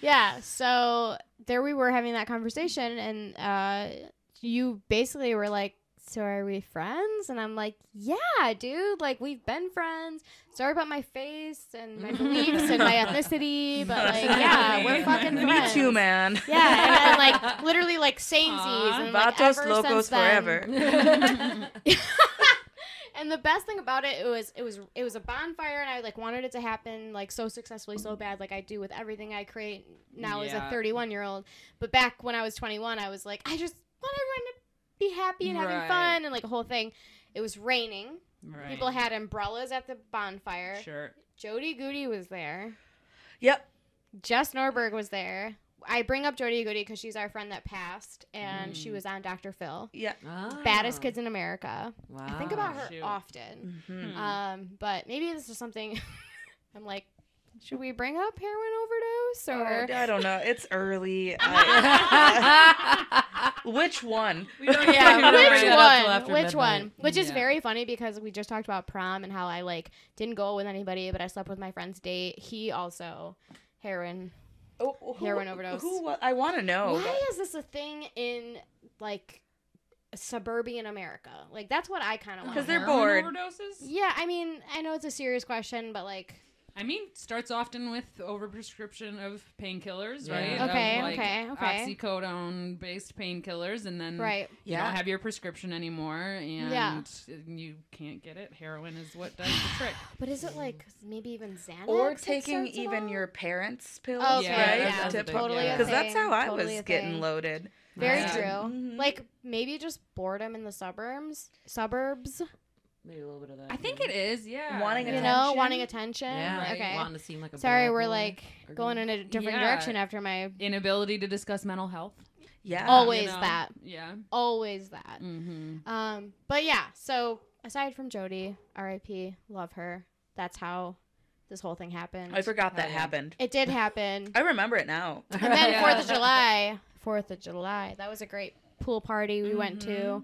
Yeah. So there we were having that conversation, and uh, you basically were like, "So are we friends?" And I'm like, "Yeah, dude. Like we've been friends. Sorry about my face and my beliefs and my ethnicity, but like, yeah, we're fucking Me friends. too, man. Yeah, and then like literally like samesies Aw. and like, Vatos ever since locos then- forever. and the best thing about it, it was it was it was a bonfire, and I like wanted it to happen like so successfully, so bad, like I do with everything I create now as a Yeah. 31 year old. But back when I was 21, I was like, I just want everyone to be happy and having Right. fun, and like a whole thing. It was raining. Right. People had umbrellas at the bonfire. sure. Jody Goody was there. Yep. Jess Norberg was there. I bring up Jody Goody because she's our friend that passed, and she Mm. was on Dr. Phil. Yeah. Ah. Baddest kids in America. Wow. I think about her Ah, shoot. often. Mhm. Hmm. Um, but maybe this is something I'm like, should we bring up heroin overdose or I don't know. It's early. I- which one? We don't yeah, even know which right up till one? after Which midnight. one? Which is Yeah. very funny because we just talked about prom and how I like didn't go with anybody, but I slept with my friend's date. He also heroin. Oh, who- Heroin overdose. Who? wa- I want to know. Why is this a thing in like suburban America? Like that's what I kind of want. Because they're Heroin bored. Overdoses? Yeah, I mean, I know it's a serious question, but like, I mean, starts often with overprescription of painkillers, Yeah. right? Of, Okay, like, okay, okay. Oxycodone-based painkillers, and Mm. then right? you Yeah. don't have your prescription anymore, and Yeah. you can't get it. Heroin is what does the trick. But is it like maybe even Xanax or that taking starts it even all? your parents' pills, Okay, Yeah, right? yeah, that's a big- totally yeah. a 'Cause that's thing, how I totally a was getting thing. loaded. Very Yeah. true. Mhm. Like maybe just boredom in the suburbs, suburbs. Maybe a little bit of that. I think maybe. it is, yeah. Wanting You it. know, Attention? wanting attention. Yeah. right. Okay. Wanting to seem like a Sorry, bad we're boy like or going girl. in a different Yeah. direction after my. Inability to discuss mental health. Yeah. Always. that. Yeah. Always that. Mm-hmm. Um, but yeah. So aside from Jody, R.I.P. Love her. That's how this whole thing happened. I forgot that Oh, yeah. happened. It did happen. I remember it now. And then Yeah. Fourth of July. Fourth of July. That was a great pool party we went to.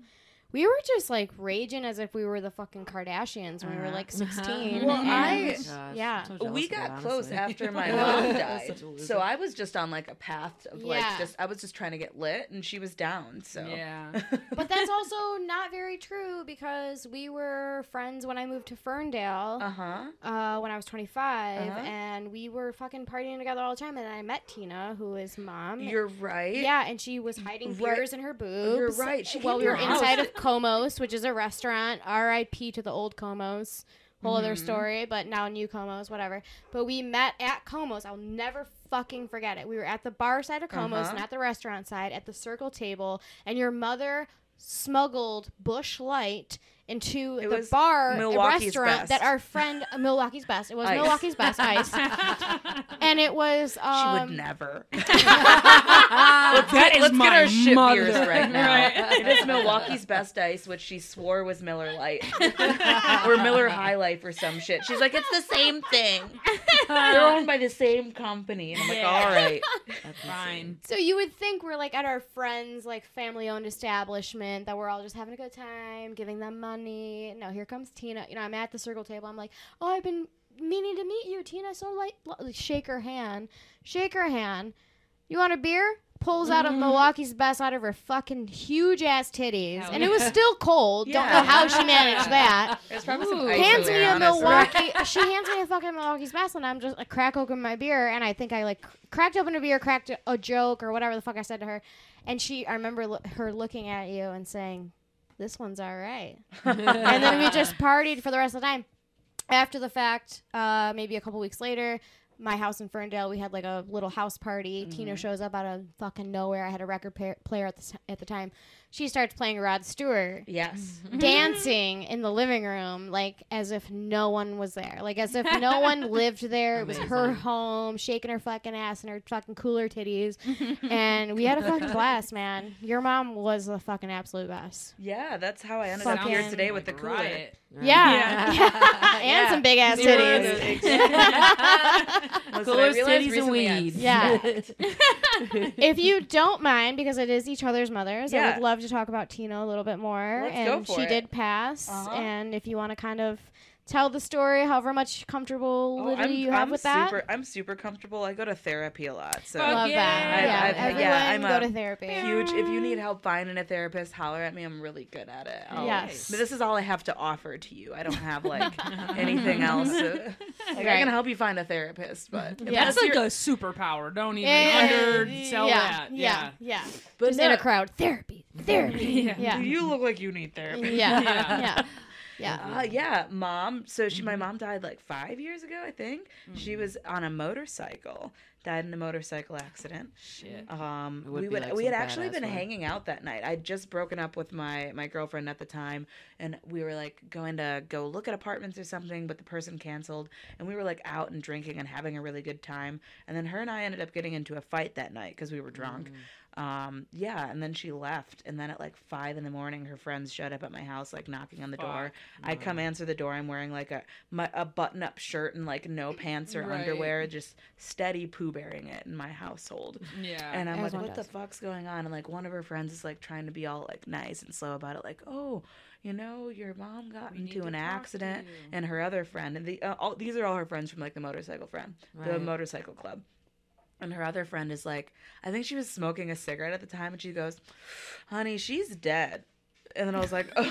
We were just like raging as if we were the fucking Kardashians when we were Uh-huh. like 16. Well, and- I- Gosh, yeah. I'm so we jealous of got that, close honestly. after my Yeah. mom Such a died. loser. So I was just on like a path of like Yeah. just I was just trying to get lit and she was down. So Yeah. But that's also not very true because we were friends when I moved to Ferndale Uh-huh. uh, when I was 25 Uh-huh. and we were fucking partying together all the time. And I met Tina, who is mom. You're right. yeah, and she was hiding Right. beers in her boobs. right. She while came we to were your house. inside of Comos, which is a restaurant. R.I.P. to the old Comos. Whole other Mhm. Mm-hmm. story, but now new Comos, whatever. But we met at Comos. I'll never fucking forget it. We were at the bar side of Comos, Uh-huh. not the restaurant side, at the circle table, and your mother smuggled Bush Light into It the was bar Milwaukee's restaurant Best. that our friend uh, Milwaukee's Best. It was Ice. Milwaukee's Best Ice, and it was um, she would never. That is Let's my get our shit mother. beers right now. Right. It is Milwaukee's best ice, which she swore was Miller Light or Miller High Life or some shit. She's like, it's the same thing. They're owned by the same company. And I'm like, Yeah. all right. Fine. So you would think we're like at our friends, like family-owned establishment, that we're all just having a good time, giving them money. No, here comes Tina. You know, I'm at the circle table. I'm like, oh, I've been meaning to meet you, Tina. So like, lo- shake her hand, shake her hand. You want a beer? Pulls out Mm-hmm. of Milwaukee's best out of her fucking huge ass titties, Hell and it was yeah. still cold. Don't know Yeah. how she managed that. There's probably Ooh. some ice in Hands me there, a honestly. Milwaukee. she hands me a fucking Milwaukee's best, and I'm just like crack open my beer, and I think I like cr- cracked open a beer, cracked a- a joke or whatever the fuck I said to her, and she. I remember lo- her looking at you and saying, "This one's all right," and then we just partied for the rest of the time. After the fact, uh, maybe a couple weeks later. My house in Ferndale, we had like a little house party. Mm-hmm. Tina shows up out of fucking nowhere. I had a record pa- player at the, t- at the time. She starts playing Rod Stewart Yes. Mm-hmm. dancing in the living room like as if no one was there like as if no one lived there it was her Amazing. home shaking her fucking ass and her fucking cooler titties Mm-hmm. and we had a fucking blast man your mom was the fucking absolute best Yeah, that's how I ended up here Fucking today with the cooler. Riot. yeah, Yeah. and Yeah. some big ass You were titties Listen, I Coolers, realized titties, and recently I- weed. Yeah. if you don't mind because it is each other's mothers i Yeah. would love to talk about tina a little bit more Let's and go for she it. did pass Uh-huh. and if you want to kind of tell the story however much comfortable Oh, little I'm, you have I'm with that super, I'm super comfortable. I go to therapy a lot. So Fuck love that. yeah. yeah, I've- I've- everyone yeah, I'm go a to therapy. huge. If you need help finding a therapist, holler at me. I'm really good at it. I'll- Yes. But this is all I have to offer to you. I don't have like anything else. Uh, Like, I Right. can help you find a therapist, but Yeah. That's like a superpower. Don't even undersell yeah, that. Yeah, Yeah. yeah. but Just in a crowd, therapy, therapy. Yeah. yeah. you look like you need therapy. Yeah, yeah, Yeah. yeah. Uh, Mm-hmm. yeah, mom. So she, my mom died like five years ago, I think. Mm. She was on a motorcycle, died in a motorcycle accident. Shit. Um, It would we be would like we some had actually badass been one. hanging out that night. I'd just broken up with my my girlfriend at the time, and we were like going to go look at apartments or something, but the person canceled, and we were like out and drinking and having a really good time. And then her and I ended up getting into a fight that night because we were drunk. Mm. Um, yeah, and then she left, and then at like five in the morning, her friends showed up at my house, like knocking on the door. I come answer the door. I'm wearing like a my, a button up shirt and like no pants or Right. underwear, just steady poo bearing it in my household. Yeah. And I'm As like, one what the does. fuck's going on? And like one of her friends is like trying to be all like nice and slow about it, like, oh, you know, your mom got We need into to an talk to accident, you. and her other friend, and the uh, all these are all her friends from like the motorcycle friend, the Right. motorcycle club. And her other friend is like, I think she was smoking a cigarette at the time, and she goes, "Honey, she's dead." And then I was like, "Oh,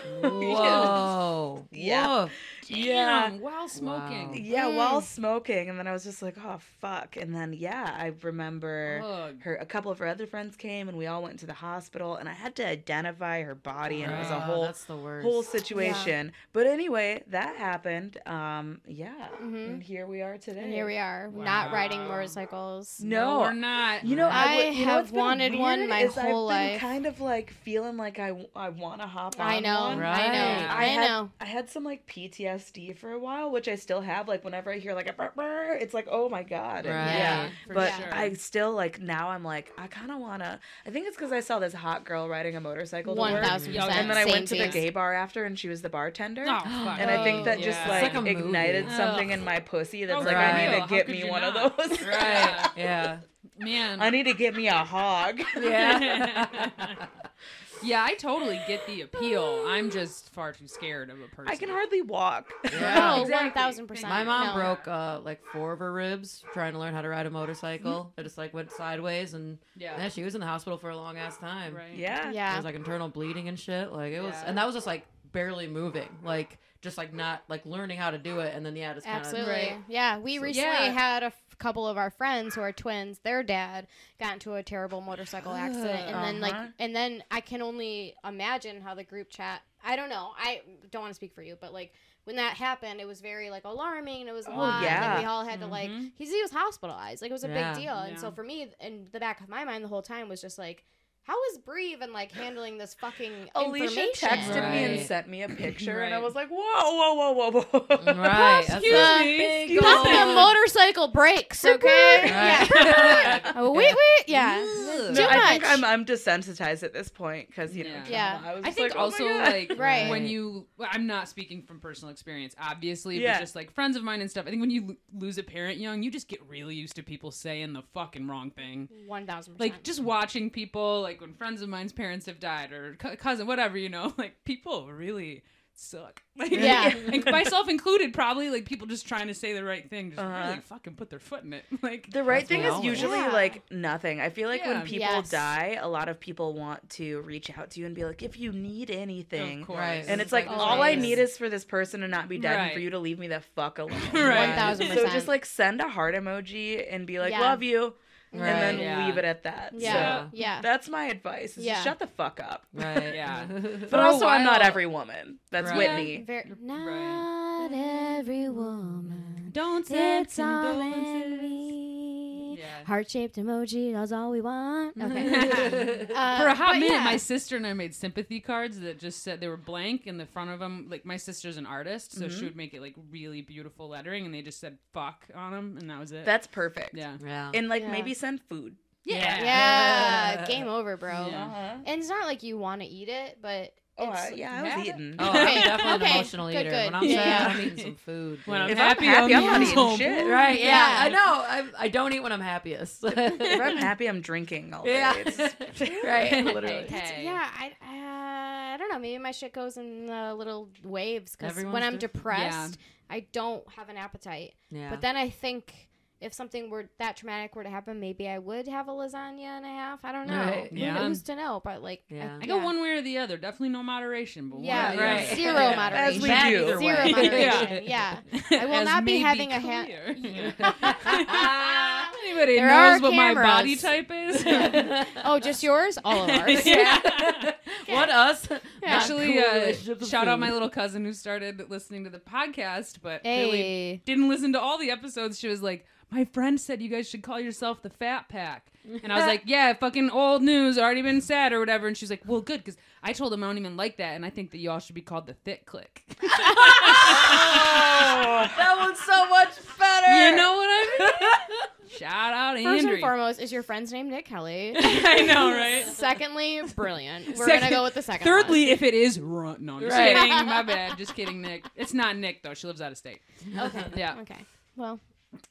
Whoa. Yeah. Woof. Yeah. Damn, While smoking. yeah, while smoking." And then I was just like, "Oh fuck!" And then yeah, I remember Ugh. her a couple of her other friends came and we all went to the hospital and i had to identify her body and it was a Oh, whole That's the worst. whole situation but anyway that happened um yeah Mhm. and here we are today And here we are, not Wow. riding motorcycles. no, we're not. you know I would- you know have what's been wanted one weird my is whole I've been life. kind of like feeling like i, I want to hop on I know, one. I know, Right. I, had, know. I had some like PTSD for a while, which I still have. Like whenever I hear like a burr, burr, it's like, oh my god. And Right. Yeah. Yeah, for but sure. I still like now I'm like, I kinda wanna I think it's because I saw this hot girl riding a motorcycle. to One work, thousand Yeah, percent. And then I same went to the piece. gay bar after and she was the bartender. Oh, fuck. And I think that Oh, just yeah. like It's like a movie. ignited something Ugh. in my pussy that's Oh, like right. I need How to get could me you one not? of those. Right. Yeah. Man. I need to get me a hog. yeah. yeah, I totally get the appeal. I'm just far too scared of a person. I can hardly walk. Yeah. Oh, Exactly. one thousand percent. My mom No. broke uh, like four of her ribs trying to learn how to ride a motorcycle. Mm-hmm. It just like went sideways, and yeah. Yeah. she was in the hospital for a long ass time. Right. Yeah. There Yeah. was like internal bleeding and shit. Like it was, Yeah. and that was just like barely moving, like just like not like learning how to do it, and then yeah, just kind of Absolutely. Yeah. We recently Yeah. had a f- couple of our friends who are twins, their dad got into a terrible motorcycle accident. And then, Uh-huh. like, and then I can only imagine how the group chat, I don't know. I don't want to speak for you, but like, when that happened, it was very like alarming. and It was a lot. Oh, yeah. Mm-hmm. And we all had to like, Mhm. he's, he was hospitalized. Like, it was a Yeah. big deal. And Yeah. so for me, in the back of my mind, the whole time was just like, How is Bree even like handling this fucking Alicia information? texted me and Right. sent me a picture, and I Right. was like, "Whoa, whoa, whoa, whoa, whoa!" Right. Excuse that's a me, big excuse Not old- the motorcycle brakes, okay? Right. Yeah. Oh, wait, wait. Yeah. Ugh. Too No, I think much. I'm, I'm desensitized at this point because you know. Yeah. Yeah. trauma. I was I just think like, "Oh my also God." like Right. when you well, I'm not speaking from personal experience obviously Yeah. but just like friends of mine and stuff I think when you lo- lose a parent young you just get really used to people saying the fucking wrong thing One thousand percent. like just watching people like when friends of mine's parents have died or cou- cousin whatever you know like people really suck like, Yeah. and myself included probably like people just trying to say the right thing just Uh-huh. really fucking put their foot in it like The right That's thing me is always. usually Yeah. like nothing. I feel like Yeah. when people Yes. die, a lot of people want to reach out to you and be like, if you need anything. of course Right. And it's like, Always. all I need is for this person to not be dead and for Right. you to leave me the fuck alone. Right. One thousand So percent. just like send a heart emoji and be like, Yeah. love you, Right. and then Yeah. leave it at that. yeah, So- yeah, So that's my advice is Yeah. shut the fuck up. Right. Yeah. But For a also, I'm not while- every woman. That's Right. Whitney. Very, not every woman. don't It's all don't envy. Yeah. Mm-hmm. Heart shaped emoji. That's all we want. Okay. Right. Uh, For a hot but minute, yeah. my sister and I made sympathy cards that just said they were blank in the front of them. Like my sister's an artist, so Mm-hmm. she would make it like really beautiful lettering, and they just said "fuck" on them, and that was it. That's perfect. yeah, yeah. And like Yeah. maybe send food. yeah, yeah, game over, bro. Yeah. Uh-huh. And it's not like you want to eat it, but Oh, it's, I- yeah, I was yeah. eating. Oh, I'm Okay, definitely an okay, emotional good, eater. good. When I'm sad, Yeah. I'm eating some food. When I'm dude. If happy, I'm happy, I'm I'm not eating miserable. shit. right, yeah, Yeah. I know. I, I don't eat when I'm happiest. If I'm happy, I'm drinking all day. yeah, It's- right. Literally. It's- yeah, I, uh, I don't know. Maybe my shit goes in uh, little waves because when Everyone's I'm different. depressed, I don't have an appetite. Yeah, But then I think if something were that traumatic were to happen, maybe I would have a lasagna and a half. I don't know. Right, Who- yeah. Who's to know? But like, Yeah. I go one way or the other. Definitely no moderation, but Yeah, one Right. zero As moderation. we Bad do. either Zero way. moderation. yeah. I will As not be may having a ha- clear. Yeah. Anybody There are knows what my cameras. body type is? Oh, just yours? All of ours. Yeah. What us? Actually, Cool uh, relationship with shout out food. my little cousin who started listening to the podcast, but really Hey. didn't listen to all the episodes. She was like, "My friend said you guys should call yourself the Fat Pack," and I was like, "Yeah, fucking old news, already been said or whatever." And she's like, "Well, good, because I told him I don't even like that, and I think that y'all should be called the Thick Click." that one's so much better. you know what I mean? shout out First Andrew. and foremost, is your friend's name Nick Kelly? I know, right? Secondly, brilliant. We're Second- gonna go with the second. Thirdly, if it is run, no, I'm just Right. kidding. My bad, just kidding, Nick. It's not Nick though. She lives out of state. one. okay, Yeah. okay. Well,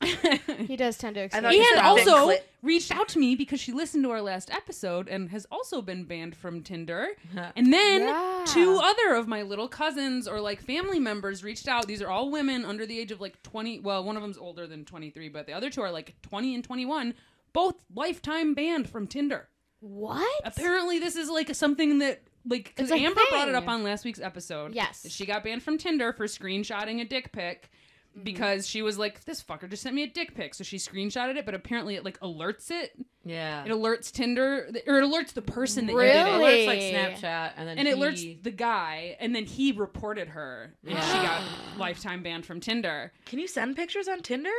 he does tend to. thought Explain. you and said Thick also Clit. reached out to me because she listened to our last episode and has also been banned from Tinder. And then Yeah. two other of my little cousins or like family members reached out. These are all women under the age of like 20. Well, one of them's older than 23, but the other two are like 20 and 21, both lifetime banned from Tinder. what? Apparently, this is like something that. Like, because It's a Amber brought it thing. up on last week's episode. Yes. that She got banned from Tinder for screenshotting a dick pic Mm-hmm. because she was like, this fucker just sent me a dick pic. So she screenshotted it, but apparently it like alerts it yeah. it alerts Tinder, or it alerts the person that you It did it. Really? alerts like Snapchat, and then And it he- alerts the guy, and then he reported her, and she Yeah. got lifetime ban from Tinder. Can you send pictures on Tinder?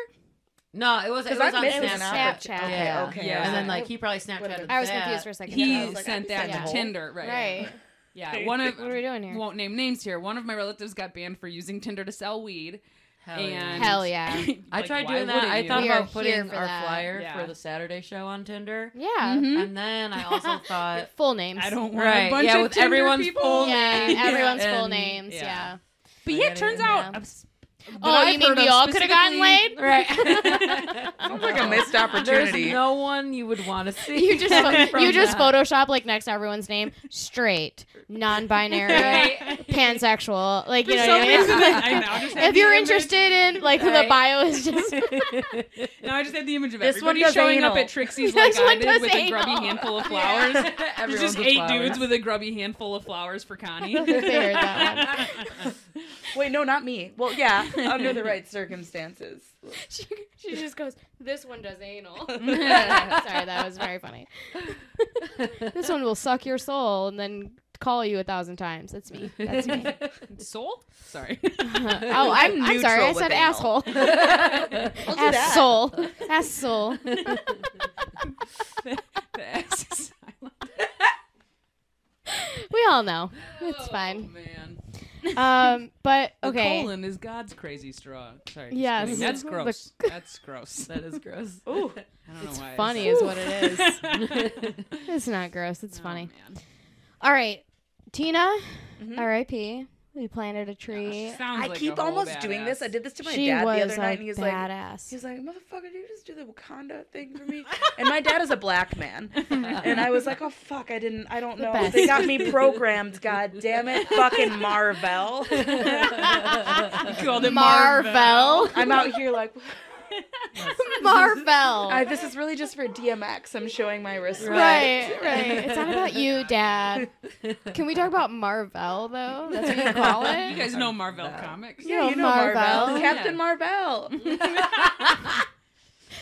No, it was it 'Cause was I'm on missing Snapchat. Snapchat. Okay, Yeah. okay. Yeah. And then like he probably Snapchatted. I was confused that. for a second. He I was like, sent I that sent to that. Tinder, right? right. Yeah, one of What are we doing here? won't name names here. One of my relatives got banned for using Tinder to sell weed, Hell yeah. and Hell yeah. I like, tried why doing that. wouldn't I you? thought We are here about putting for our that. flyer Yeah. for the Saturday show on Tinder. Yeah. Mhm. And then I also thought Mm-hmm. Full names. I don't want Right, a bunch yeah, of with Tinder everyone's people. full Yeah, names. everyone's full And- names. yeah. Yeah. But I yeah, gotta it turns get- out. yeah. I've- that Oh, I've you mean heard of we all could have gotten specifically- laid? right. Sounds like a missed opportunity. "Oh, There's no one you would want to see. You just pho- from you just that. Photoshop like next to everyone's name, straight, non-binary, Right. pansexual. Like you For know, some what I mean? reason, I- I now just have if you're the image- interested in like the Right. bio is just No, I just had the image of This one everybody does showing up anal. at Trixie's like This I one did does with a grubby anal. handful of flowers. There's Everyone's just with eight flowers. dudes with a grubby handful of flowers for Connie. figured that Wait, no, not me. Well, yeah, under the right circumstances. one. She, she just goes, "This one does anal." Sorry, that was very funny. this one will suck your soul and then call you a thousand times. That's me. That's me. Soul? Sorry. oh, I'm, I'm sorry. neutral I with said anal. asshole. I'll do that. asshole. Asshole. the S is silent. all know. It's fine. Oh, man. Um, but The okay. colon is God's crazy straw. Sorry. just Yes. kidding. That's The- gross. That's gross. That is gross. Ooh, I don't know why I funny said is that. what it is. It's not gross. It's Oh, funny. man. All right, Tina, Mhm. R.I.P. We planted a tree. She sounds I like a keep whole almost doing this. I badass. did this to my she dad was the other a night, and he's like, badass. He's like, motherfucker, did you just do the Wakanda thing for me? and my dad is a black man. Uh-huh. And I was like, oh, fuck, I didn't, I don't The know. best. They got me programmed, god damn it. Fucking Marvel. called it Marvel. I'm out here like, Marvel. I, this is really just for DMX. I'm showing my respect. right, right. It's not about you, Dad. Can we talk about Marvel though? That's what you call it. You guys know Marvel comics. Yeah, You you know know Marvel. Marvel. Captain Marvel.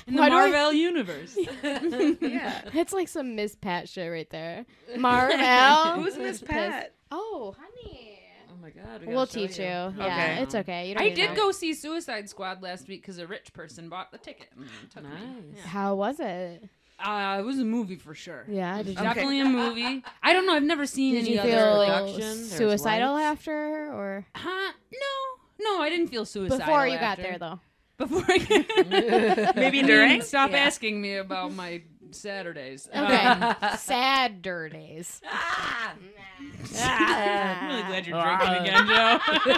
In the Why do I- Marvel universe. yeah. It's like some Miss Pat shit right there. Marvel. Who's Miss Pat? oh, honey. Oh my god. We'll teach you. Yeah, Okay. it's okay. You don't I need to did know. go see Suicide Squad last week because a rich person bought the ticket. And took me. Nice. How was it? Uh, it was a movie for sure. Yeah. Did you, Okay. Definitely a movie. I don't know. I've never seen did any you other feel production? There's suicidal lights. after or Huh? No, no, I didn't feel suicidal. before you got after. there though? Before I Maybe You during? Stop Yeah. asking me about my Saturdays. Okay. Um, Sad days. ah, I'm I'm really glad Oh, you're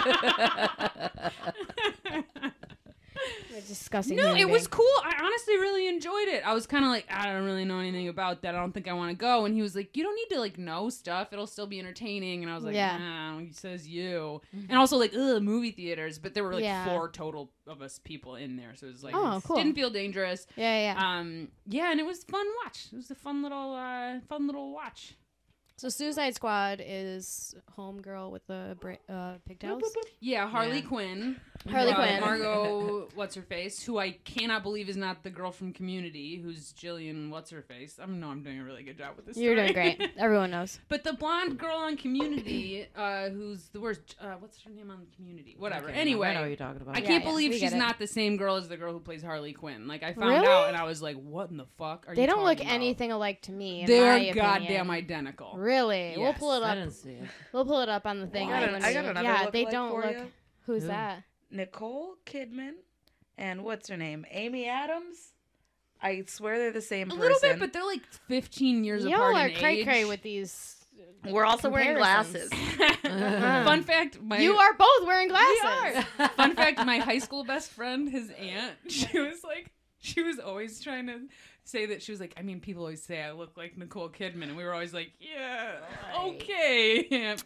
drinking again, Joe. We're discussing. no, human it was beings. cool. I honestly really enjoyed it. I was kind of like, "Ah, I don't really know anything about that. I don't think I want to go. And he was like, You don't need to like know stuff. It'll still be entertaining. And I was like, Yeah. Mm-hmm. Nah, he says you. And also like, ugh, movie theaters. But there were like Yeah. four total of us people in there, so it was like, Oh, cool. didn't feel dangerous. Yeah, yeah. Um, yeah, and it was fun watch. It was a fun little, uh, fun little watch. so Suicide Squad is Homegirl with the bra- uh, pigtails. Yeah, Harley Yeah. Quinn. Harley Uh, Quinn. Margot, what's her face? Who I cannot believe is not the girl from Community, who's Jillian, what's her face? I know I'm doing a really good job with this. You're doing story. great. Everyone knows. but the blonde girl on Community, uh, who's the worst, uh, what's her name on Community? Whatever. Anyway. I know what you're talking about. I Yeah, can't yeah, believe we she's get it. not the same girl as the girl who plays Harley Quinn. Like I found out, Really? and I was like, "What in the fuck are They you?" don't look talking about? anything alike to me. in my They're opinion. goddamn identical. Really? We'll Yes, pull it I up. didn't see it. We'll pull it up on the thing. I like, got, when an- I got we- another yeah, look they don't for look. you. Who's Who? that? Nicole Kidman and what's her name? Amy Adams. I swear they're the same A person. little bit, but they're like 15 years Y'all apart are in cray cray age. with these. we're also wearing comparisons. glasses. Fun fact, my Uh-huh. You are both wearing glasses. Fun fact, my high school best friend, his aunt, she was like, she was always trying to say that she was like, I mean, people always say I look like Nicole Kidman, and we were always like, yeah, okay. Yeah.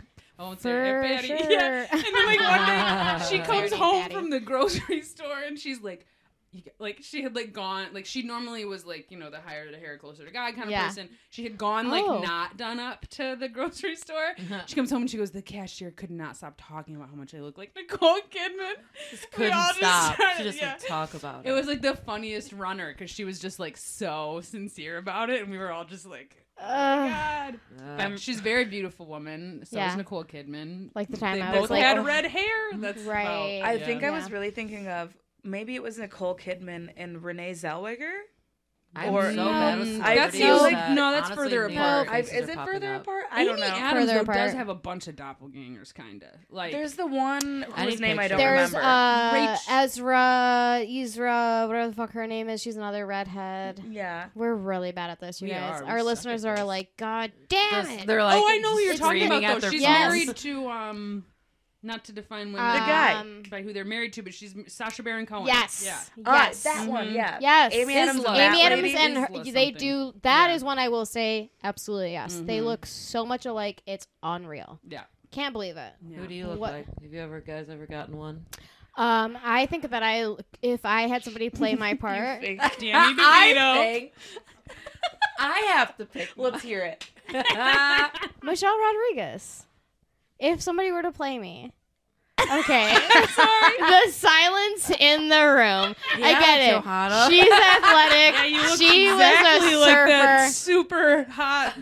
I won't say For it, Patty. sure. Yeah. And then like one day, she comes Dirty home Patty. from the grocery store and she's like. You, g- like she had like gone like she normally was like you know the higher the hair closer to God kind of Yeah. person she had gone like Oh. not done up to the grocery store she comes home and she goes, The cashier could not stop talking about how much I look like Nicole Kidman. Just We couldn't all just stop. started- she just yeah. would talk about it. It was like the funniest runner because she was just like so sincere about it, and we were all just like, "Oh Ugh. God. Uh, Um, she's a very beautiful woman. So Yeah. is Nicole Kidman. Like the time they I both was like, had oh, red hair. That's about- Right. I yeah. think I was Yeah. really thinking of maybe it was Nicole Kidman and Renee Zellweger. I'm or- so bad with Mm, that's celebrities you, like- that no, that's honestly further new apart. I, faces is are it popping further up. apart? I don't Amy know. Adams Further though, does apart. have a bunch of doppelgangers, kind of like. There's the one I whose need name I don't There's remember. uh, Rach- Ezra, Ezra, whatever the fuck her name is. She's another redhead. yeah. We're really bad at this, you We guys. are. We Our suck listeners at are this. like, God damn Just- it. They're like, oh, I know who you're It's talking screaming about though. at their She's phones. married to um, not to define women. The guy. Um, by who they're married to, but she's Sasha Baron Cohen. Yes. Yeah. Ah, Yes. that one. Mhm. Yeah. Yes. Amy Isla. Adams. and Amy that Amy Adams lady. and Isla her, they something. do. That is Yeah. one I will say absolutely yes. They Mhm. look so much alike. It's unreal. Yeah. Can't believe it. yeah. Who do you look What- like? Have you ever guys ever gotten one? Um, I think that I, if I had somebody play my part, Fake Danny I DeVito. think I have to pick. Let's hear it. Michelle Rodriguez. If somebody were to play me. Okay. the silence in the room. I get it. Johanna. She's athletic. Yeah, you look she exactly was a like that surfer. super hot,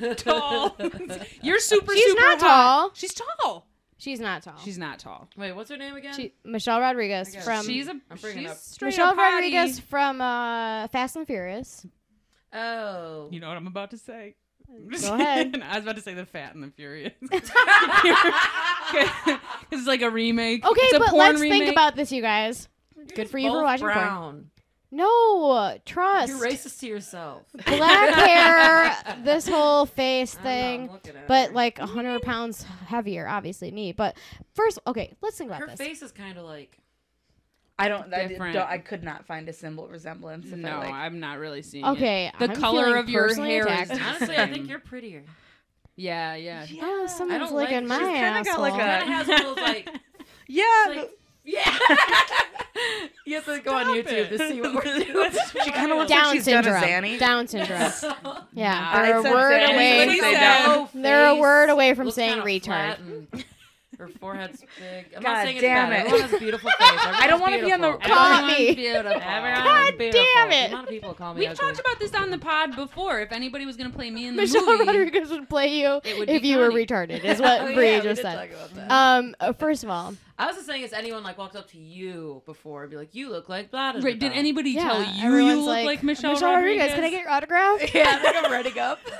tall. You're super, She's super not hot. tall. She's tall. She's not tall. She's She's not tall. Wait, what's her name again? she, Michelle Rodriguez I got it. from she's a I'm bringing she's up- straight Michelle up hottie. Rodriguez from uh, Fast and Furious. oh, You know what I'm about to say. Go ahead. I was about to say the Fat and the Furious. it's like a remake. Okay, it's a but porn let's remake. think about this, you guys. Good for you for Both watching porn. brown. No, trust. You're racist to yourself. Black hair, this whole face I know, I'm thing. looking at But her. like a hundred pounds heavier, obviously me. But first, okay, let's think about her this. face is kind of like I don't. I, did, Different. don't I could not find a symbol resemblance. If No, I, like, I'm not really seeing it. Okay, The I'm color feeling of your personally hair is attacked. different. honestly, I Same. think you're prettier. Yeah, yeah. Oh, I someone's don't looking like- my she's kinda got, like, asshole. Kind of has those like yeah. like yeah. you have to go on Stop YouTube it. to see what we're doing. she kind of looks Down like she's done a syndrome. Xanny. Down syndrome. Yeah, Nah. they're a I said word Xanny. away. What from- he said. They're a word away from Looks saying kinda retard. flat and Her forehead's big. I'm God not saying damn it's bad. it. Everyone has a beautiful face. I don't wanna be on the- Call me. Beautiful. Everyone God is beautiful. damn The it. amount of people call me We've ugly. talked about this on the pod before. If anybody was going to play me in the Michelle movie, Rodriguez would play you It would if be you were Connie. retarded, is what Oh, Bree yeah, we just did said. talk about that. Um, uh, first of all, I was just saying, if anyone like walked up to you before and be like, "You look like blah." blah, Right, did blah." anybody yeah, tell you you everyone's look like, Michelle, Rodriguez. Can I get your autograph? Yeah, I think I'm running up.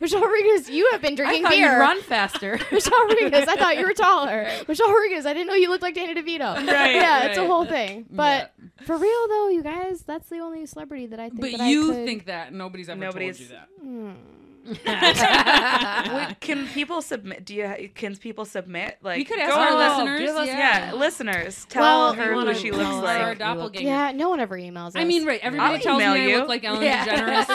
Michelle Rodriguez, you have been I drinking thought you'd beer. run faster. Michelle Rodriguez, I thought you were taller. Michelle Rodriguez, I didn't know you looked like Dana DeVito. Right, Yeah, it's a right. whole thing. Yeah. But for real though, you guys, that's the only celebrity that I think. But that you I could... think that nobody's ever Nobody's- told you that. Hmm. Wait, can people submit? Do you? ha- Can people submit? Like we could ask go our on- listeners. give us- Yeah, listeners, tell Well- her You who wanna she tell looks us like. our our doppelganger. Yeah, no one ever emails. Us. I mean, right. Everybody I'll tells me email I you. look like Ellen Yeah. DeGeneres.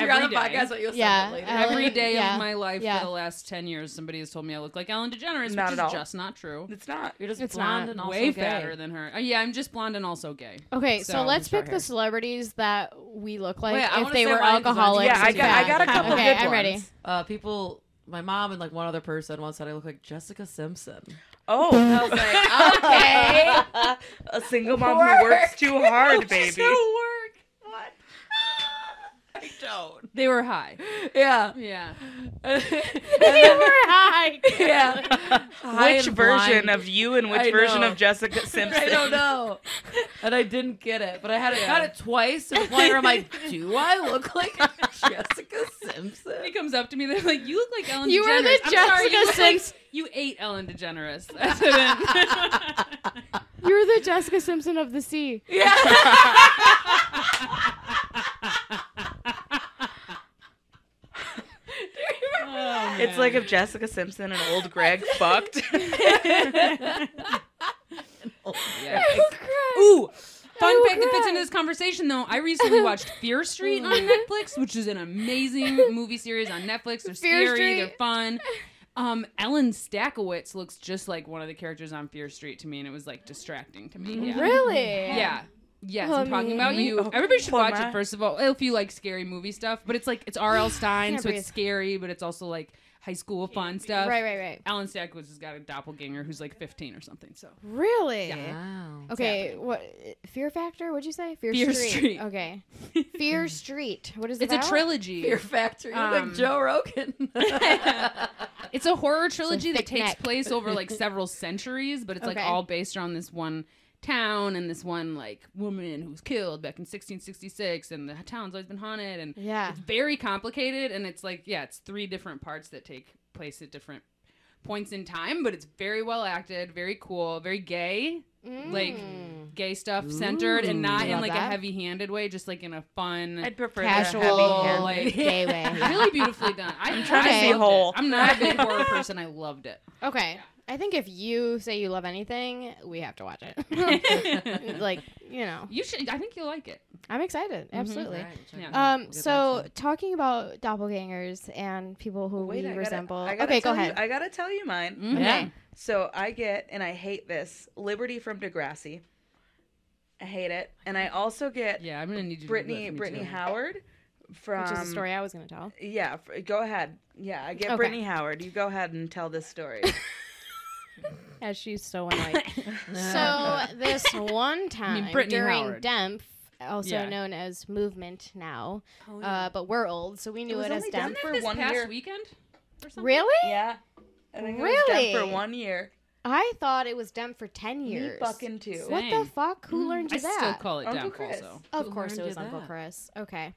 You're on the every day. Uh, podcast, but you'll Yeah, yeah, later. Ellen- Every day Yeah. of my life Yeah. for the last 10 years, somebody has told me I look like Ellen DeGeneres, Not which is at all. just not true. It's not. You're just It's blonde not and also Way gay. fatter than her. Oh, yeah, I'm just blonde and also gay. okay, so, So, let's short pick hair. the celebrities that we look like Wait, I if wanna they say were mine 'cause I'm- alcoholics. Yeah, I and got, I fat. got a couple Okay, good I'm ones. ready. Uh, people, my mom and like one other person once said I look like Jessica Simpson. Oh, I was like, okay. A single mom who works too hard, baby. work. What? I don't. They were high. Yeah. Yeah. yeah. High Which and version blind. of you and which I version know. of Jessica Simpson? I don't know. And I didn't get it, but I had it, got it twice to the point where I'm like, do I look like Jessica He Simpson? comes up to me. They're like, "You look like Ellen You were DeGeneres." the I'm sorry, you Jessica look like Simps- you ate Ellen DeGeneres. I didn't. You're the Jessica Simpson of the sea. It's like if Jessica Simpson and old Greg fucked. yeah. Oh, Ooh, Fun fact that fits into this conversation, though, I recently watched Fear Street on Netflix, which is an amazing movie series on Netflix. Fear They're scary, they're Street. fun. Um, Ellen Stackowitz looks just like one of the characters on Fear Street to me, and it was like distracting to me. Yeah. Really? Yeah. Yes, Oh, I'm talking about man. you. Everybody should poor watch man. it first of all if you like scary movie stuff. But it's like it's R.L. Stein, Can't so it's breathe. scary, but it's also like high school fun stuff. Right, right, right. Alan Stackowitz has got a doppelganger who's like 15 or something. So Really? Wow. Okay, what Fear Factor? What'd you say? Fear, Fear Street. Street. Okay, Fear Street. What is it it's a about? trilogy. Fear Factory. You look Um, like Joe Rogan. It's a horror trilogy that thick takes neck. place over like several centuries, but it's like Okay. all based around this one town and this one like woman who was killed back in 1666 and the town's always been haunted and Yeah. it's very complicated and it's like yeah it's three different parts that take place at different points in time but it's very well acted very cool very gay Mm. like gay stuff centered and not Ooh. in Love like a that. heavy-handed way just like in a fun I'd prefer casual, that. like- like gay way. really beautifully done I, am trying to see whole. i'm not a big horror person i loved it Okay, I think if you say you love anything, we have to watch it. like you know, you should i think you'll like it I'm excited. Mm-hmm. Absolutely. Yeah. Um, so talking about doppelgangers and people who Oh, Wait, we I gotta- resemble. I gotta okay, go tell you- ahead. Mm. I gotta tell you mine. Mhm. Yeah. So I get, and I hate this, Liberty from Degrassi. I hate it, and I also get yeah i'm gonna need you Brittany to do that for me Brittany too. Howard from Which is a story I was gonna tell. Yeah, f- go ahead. Yeah, I get Okay. Brittany Howard. You go ahead and tell this story. As she's so annoying. so this one time Brittany during Howard. Demp, also Yeah. known as Movement now, yeah. uh, but we're old, so we knew Oh, was it, as only Demp. Demp for for this one past year. weekend or something? Really? yeah. I think Really? it was done for one year. I thought it was Demp for ten years. Me fucking too. What the Same. fuck? Who learned I that? still call it Uncle Demp Chris. also. Of Who course, it learned you was Uncle that? Chris. Okay.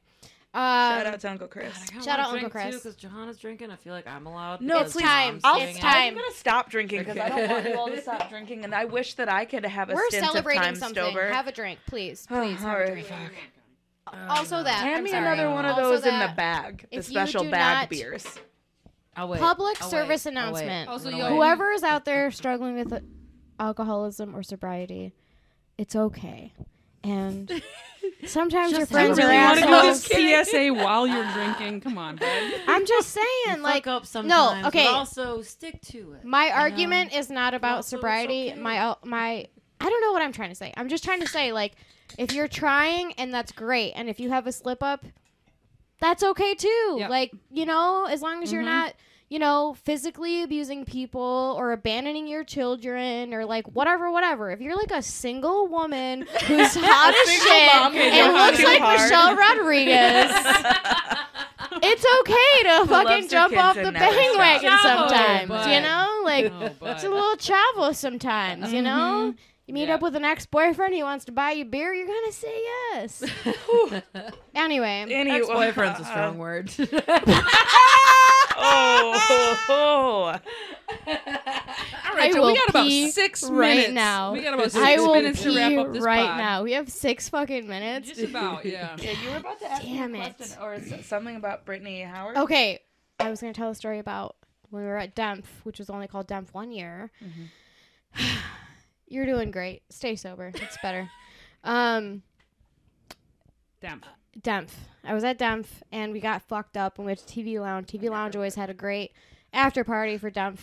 Shout Um, out to Uncle Chris. Shout out Uncle Chris. because Johanna's drinking. I feel like I'm allowed. No, because please. Tom's I'll- doing it's it. time. I'm gonna stop drinking because I don't want Okay. you all to stop drinking, and I wish that I could have a we're stint of celebrating time something. sober. Have a drink, please. Oh, Please have all a right, drink. fuck. Also that. Hand I'm me sorry. another one of Also those in the that- bag, the if you special do bag not- beers. I'll wait. Public Oh, I'll wait. service I'll wait. announcement. I'm Also, gonna yo, wait. Whoever is out there struggling with uh, alcoholism or sobriety, it's okay. And sometimes your Just friends have are a want really to go to assholes. CSA while you're drinking? Come on, bud. I'm just saying, You like, fuck up sometimes, okay. But also stick to it. my argument is not about also it's sobriety. okay. My uh, my, I don't know what I'm trying to say. I'm just trying to say, like, if you're trying and that's great, and if you have a slip up, that's okay too. Yep. Like, you know, as long as you're Mhm. not. You know, physically abusing people or abandoning your children or like whatever, whatever. If you're like a single woman who's hot as single shit mom who and works looks too like hard. Michelle Rodriguez, it's okay to loves her fucking jump kids off and the never stops. bandwagon No, sometimes. but- you know, like No, it's a but- Mm-hmm. little chavo sometimes. You know, you meet Yeah. up with an ex-boyfriend. He wants to buy you beer. You're gonna say yes. anyway, Any Ex-boyfriend's a strong word. Oh, All I right, so will we got about pee six right minutes. now. We got about six I will minutes to wrap pee up this right pod. now. We have six fucking minutes. Just about, yeah. yeah, you were about to ask me Damn a it. question, or is it something about Brittany Howard. Okay, I was gonna tell a story about when we were at Demp, which was only called Demp one year. Mm-hmm. You're doing great. Stay sober. It's better. um. Damn. Dempf. I was at Dempf and we got fucked up and we went to TV Lounge. Oh TV Lounge always had a great after party for Dempf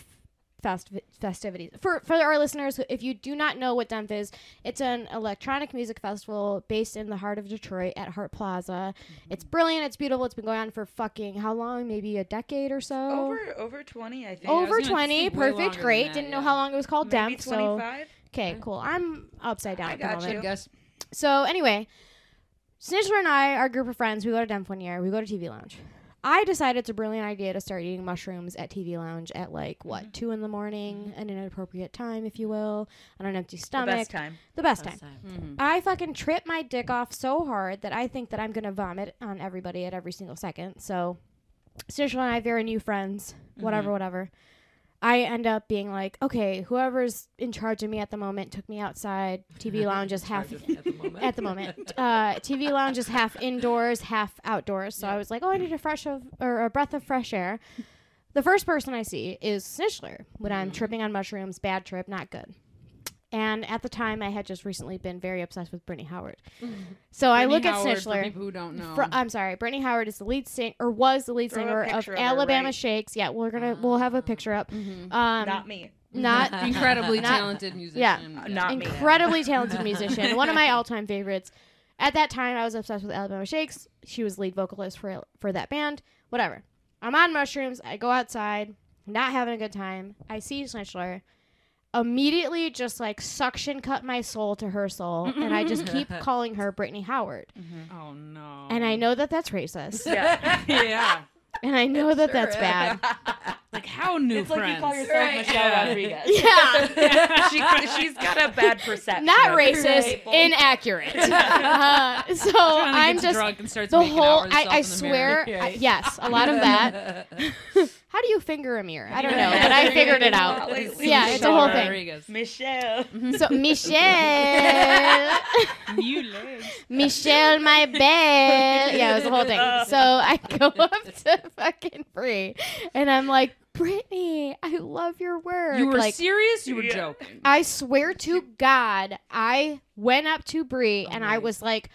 festi- festivities. For for our listeners, if you do not know what Dempf is, it's an electronic music festival based in the heart of Detroit at Hart Plaza. Mm-hmm. It's brilliant. It's beautiful. It's been going on for fucking how long? Maybe a decade or so. Over over twenty, I think. Oh, I was Over gonna twenty, think way longer perfect, than great. that, Didn't know yeah. how long it was called Maybe Dempf. So twenty-five. okay, cool. I'm upside down. I at the got moment. you. guess. So anyway, Snitchler and I, our group of friends, we go to Demp one year. We go to TV Lounge. I decided it's a brilliant idea to start eating mushrooms at TV Lounge at like what Mm-hmm. two in the morning, an inappropriate time, if you will, on an empty The stomach. best time. The best time. Last time. Mm-hmm. I fucking trip my dick off so hard that I think that I'm gonna vomit on everybody at every single second. So, Snitchel and I, very new friends, Mm-hmm. whatever, whatever. I end up being like, okay, whoever's in charge of me at the moment took me outside. TV lounge is half Charges at the moment. at the moment. Uh, TV lounge is half indoors, half outdoors. So I was like, oh, I need a fresh of, or a breath of fresh air. The first person I see is Snitchler when Mm. I'm tripping on mushrooms. Bad trip, not good. And at the time, I had just recently been very obsessed with Brittany Howard. So I look at For Snitchler. people who don't know. Fr- I'm sorry, Brittany Howard is the lead singer, or was the lead Throw a singer of picture of her, Alabama right? Ah. Shakes. Yeah, we're gonna we'll have a picture up. Um, Mhm. Not me. not Incredibly Not- talented musician. Uh, not me. incredibly talented musician, one of my all-time favorites. At that time, I was obsessed with Alabama Shakes. She was lead vocalist for for that band. Whatever. I'm on mushrooms. I go outside, not having a good time. I see Snitchler. Immediately, just like suction cut my soul to her soul, and I just keep calling her Brittany Howard. Oh no. And I know that that's racist, Yeah. yeah. and I know that that's bad. Like how new It's like friends. you call yourself Michelle Rodriguez. Yeah, she, she's got a bad perception. not of racist, people. inaccurate. Uh, so I'm just drunk and starts the making whole out with I, herself I in the mirror. swear I, yes a lot of that how do you finger a mirror i don't know but i Yeah. figured it out Lately, yeah it's a whole thing Rodriguez. Michelle. so michelle New legs. michelle my belle yeah it was the whole thing so i go up to fucking Bree, and i'm like brittany i love your work You were like serious? You were Yeah. joking? I swear to God, I went up to Oh Brie and I was like,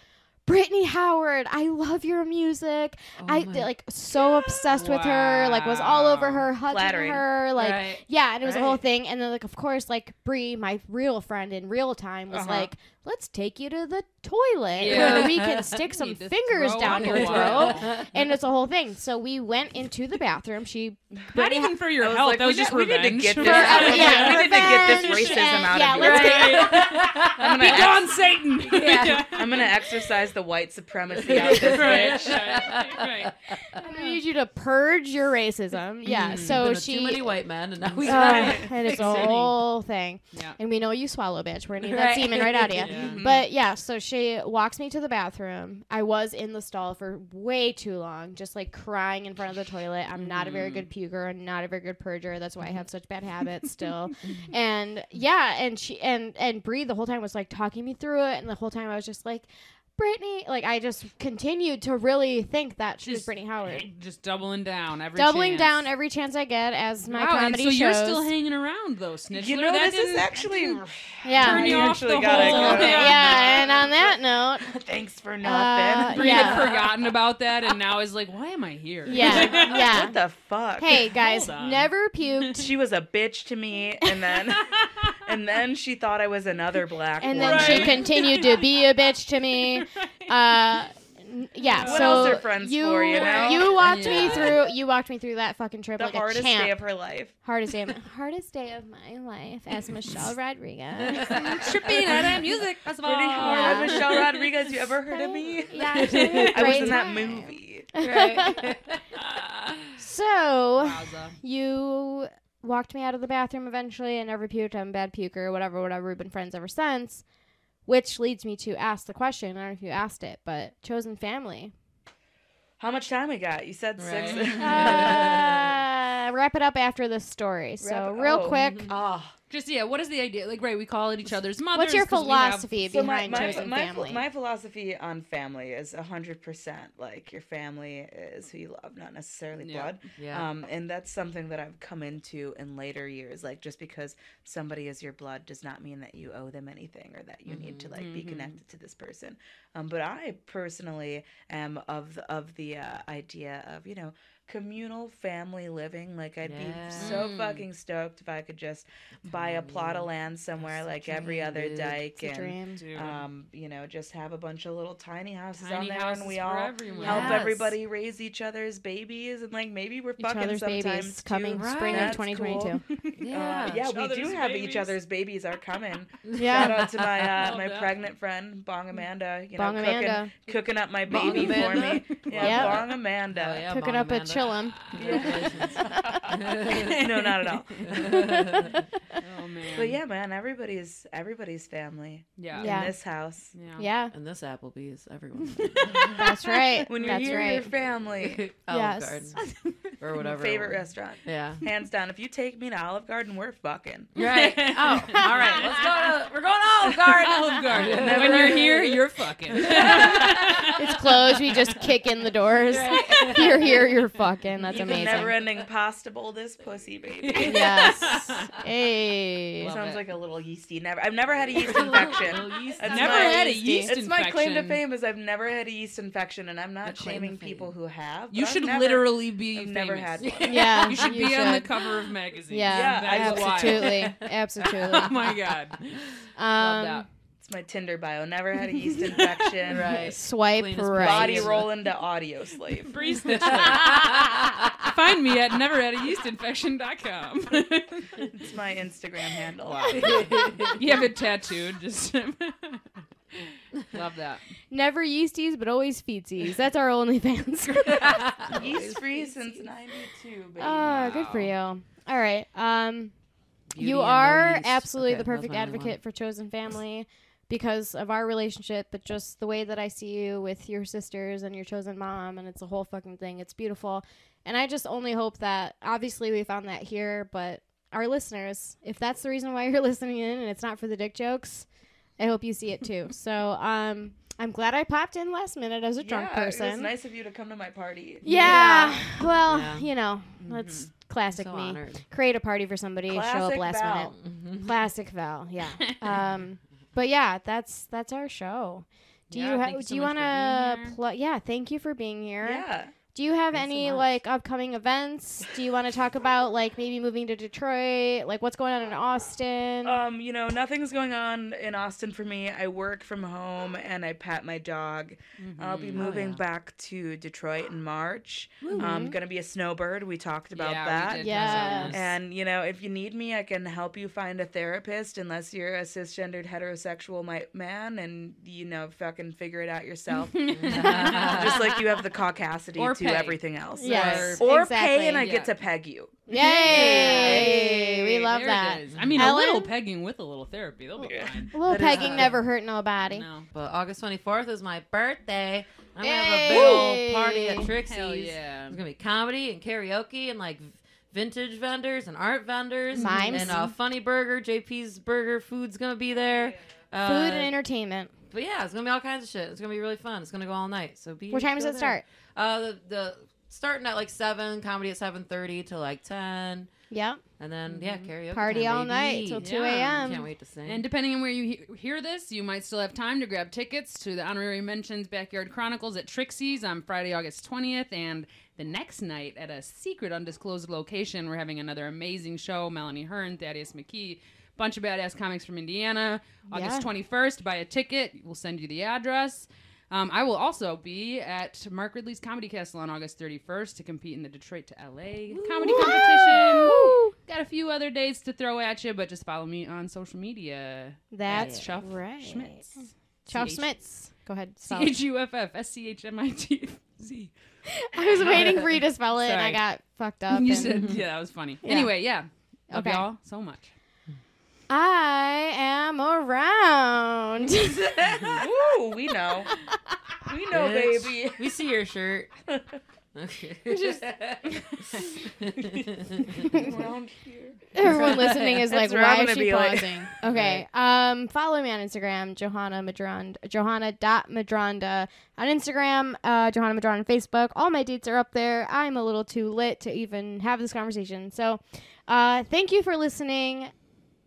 Brittany Howard, I love your music. I Oh my like so obsessed with her, like was all over her, hugging Flattering. her, like Right. yeah, and it was a whole Right. thing. And then like of course, like Brie, my real friend in real time, was Uh-huh. like, let's take you to the toilet Yeah. where we can stick some Need to fingers throw down up a your while. throat. And it's a whole thing. So we went into the bathroom. She Not even for your I was health. like, that we was just did- we did to revenge. get for- this- Yeah, Yeah, we need to get this revenge racism and- out of yeah, here. let's get- I'm gonna be gone, Satan. Yeah. I'm gonna exercise the white supremacy out of this bitch. right. right. I'm gonna need you to purge your racism. Yeah. Been So with she. too many white men, and now we Uh, got and it's a Fixating. whole thing. Yeah. And we know you swallow, bitch. We're gonna need that Right. Mm-hmm. semen right out of you. Yeah. But yeah, so she walks me to the bathroom. I was in the stall for way too long, just like crying in front of the toilet. I'm not a very good Mm. puker and not a very good purger. That's why I have such bad habits still. and yeah, and she and and Bree the whole time was like talking me through it, and the whole time I was just like, Brittany, like I just continued to really think that she was Just Brittany Howard. Just doubling down every Doubling chance. down every chance I get as my Wow, and comedy so shows. you're still hanging around though, Snitchler. You know, that this is didn't- actually. yeah. turn you I off actually the got it. whole Got it. Okay, yeah, and on that note, Thanks for Uh, nothing. Bree Yeah. had forgotten about that and now is like, why am I here? yeah, yeah. What the fuck? Hey guys, on. never puked. She was a bitch to me, and then, and then she thought I was another black. And then woman. she continued to be a bitch to me. Uh, n- yeah. What so else are friends you for, you know? you walked me Yeah. through you walked me through that fucking trip the like hardest a champ. day of her life. hardest day of hardest day of my life as Michelle Rodriguez. Tripping at music. That's about Pretty hard. Yeah. Uh, Michelle Rodriguez, you ever heard of me? Yeah, she had a I was great in that time. movie. So Wowza. you walked me out of the bathroom eventually and never puked. I'm a bad puker, whatever, whatever. We've been friends ever since. Which leads me to ask the question. I don't know if you asked it, but chosen family. How much time we got? You said six. Right. Uh, wrap it up after this story. So Wrap it- real oh. quick, Ah. Just yeah, what is the idea? Like, right, we call it each other's mothers. what's your 'cause we have- philosophy So my behind my, chosen my, family? my philosophy on family is hundred percent like your family is who you love, not necessarily Yeah. blood. Yeah. Um, and that's something that I've come into in later years. Like just because somebody is your blood does not mean that you owe them anything or that you need to Mm-hmm, like be Mhm. connected to this person. Um, but I personally am of the, of the uh, idea of you know communal family living. Like I'd Yeah. be so Mm. fucking stoked if I could just buy a plot of land somewhere That's the like every dream, other dude. It's dyke a and dream. Dude. Mm-hmm. um, you know, just have a bunch of little tiny houses Tiny on there, houses and we for all everyone. help Yes. everybody raise each other's babies, and like maybe we're Each fucking other's sometimes babies too. coming Right. spring of That's 2022. Uh, yeah, Each we do other's have babies. each other's babies are coming. Shout Yeah, Mm. out to my uh, Oh, Love my that. pregnant friend Bong Amanda, you know, Bong cooking Amanda cooking up my Bong baby for Amanda. me. Yeah, Yep. Bong Amanda. Oh, yeah, cooking Mom up a Amanda. chillum. Congratulations. No, not at all. Oh man. But yeah, man, everybody's everybody's family Yeah. Yeah. in this house. Yeah. yeah, and this Applebee's, everyone. that's right. When you're that's here, your right. family, Olive Yes. Garden or my whatever. it favorite was. restaurant, Yeah. hands down. If you take me to Olive Garden, we're fucking. Right. Oh, all right. Let's go. To, we're going to Olive Garden. Olive Garden. Never- when you're here, you're fucking. It's closed. We just kick in the doors. If you're here, you're fucking. That's you amazing. never ending pasta bowl this pussy baby. yes. Hey. Love Sounds it. like a little yeasty. Never I've never had a yeast infection. Little yeast That's Never my- had a yeasty. yeast It's my claim to infection. fame is I've never had a yeast infection and I'm The not claim to shaming fame. people who have. but You I've should never- literally be I've famous. never had one. Yeah, You should you be on the should. cover of magazines. Yeah, Yeah, That's why. absolutely, absolutely. oh my god. Love Um, that. It's my Tinder bio. Never had a yeast infection. Right. swipe Clean as right. Body Right. roll into audio slave. Bree Snitchler. Find me at neverhadayeastinfection.com. It's my Instagram handle. you have it tattooed. Just love that. Never yeasties, but always feetsies. That's our OnlyFans. Yeast free since ninety two, baby. oh, good for you. All right. Um, Beauty and you no are yeast. absolutely Okay, the that was perfect my only one. advocate for chosen family because of our relationship, but just the way that I see you with your sisters and your chosen mom, and it's a whole fucking thing. It's beautiful. And I just only hope that obviously we found that here, but our listeners, if that's the reason why you're listening in and it's not for the dick jokes, I hope you see it too. so, um, I'm glad I popped in last minute as a drunk yeah, person. It was nice of you to come to Mm-hmm. my party. Yeah. Well, Yeah. you know, that's classic so me. honored. Mm-hmm. Create a party for somebody, show up Classic last Val. minute. Mm-hmm. Classic Val, yeah. um, but yeah, that's that's our show. Do Yeah, you ha- do thanks so you much want for being to here. plug? Yeah, thank you for being here. Yeah. Do you have Thanks so any much. like upcoming events? Do you want to talk about like maybe moving to Detroit? Like what's going on in Austin? Uh, Um, you know, nothing's going on in Austin for me. I work from home and I pat my dog. I'll Mm-hmm. be Oh, moving yeah. back to Detroit in March. I'm gonna be a snowbird. We talked about yeah, that. We did Yeah. Yes. And you know, if you need me, I can help you find a therapist. Unless you're a cisgendered heterosexual mi- man, and you know, fucking figure it out yourself. Just like you have the caucasity or to to pay. everything else. Yes, Or pay exactly. and I get Yeah. to peg you. Yay! We love There it that. is. I mean, a Ellen? little pegging with a little therapy, they'll be fine. A little That is pegging good. never hurt nobody. No. But August 24th is my birthday. I'm going to have a Hey! big old party Hell at Trixie's. Hell yeah. There's going to be comedy and karaoke and like v- vintage vendors and art vendors. Mimes. And uh, Funny Burger, JP's Burger Food's going to be there. Uh, Food and entertainment. but yeah, it's going to be all kinds of shit. It's going to be really fun. It's going to go all night. So be What time does go it there. start? Uh, the, the starting at like 7, comedy at 7.30 to like 10. Yep. And then, yeah, karaoke. Mm-hmm. Party time, all night baby. till 2 Yeah, a.m. Can't wait to sing. And depending on where you he- hear this, you might still have time to grab tickets to the Honorary Mentions Backyard Chronicles at Trixie's on Friday, August 20th, and the next night at a secret undisclosed location. We're having another amazing show. Melanie Hearn, Thaddeus McKee, bunch of badass comics from Indiana. August Yeah. 21st, buy a ticket. We'll send you the address. Um, I will also be at Mark Ridley's Comedy Castle on August 31st to compete in the Detroit to LA comedy competition. Got a few other days to throw at you, but just follow me on social media. That's It's Chuff right. Schmitz. Chuff CH. Schmitz. Go ahead. C spell it. H U F F S C H M I T Z. I was waiting for you to spell it, and I Sorry. got fucked up. You and- said, yeah, that was funny. Yeah. Anyway, yeah. Love Okay. y'all so much. I am around. Ooh, we know. We know, Bitch. baby. We see your shirt. Okay. Just- right. Everyone listening is like, That's where I'm why is gonna she be, like- pausing? Okay. Um, follow me on Instagram, Johanna Madronda, Johanna.madronda on Instagram, uh, Johanna Madronda on Facebook. All my dates are up there. I'm a little too lit to even have this conversation. So uh, thank you for listening.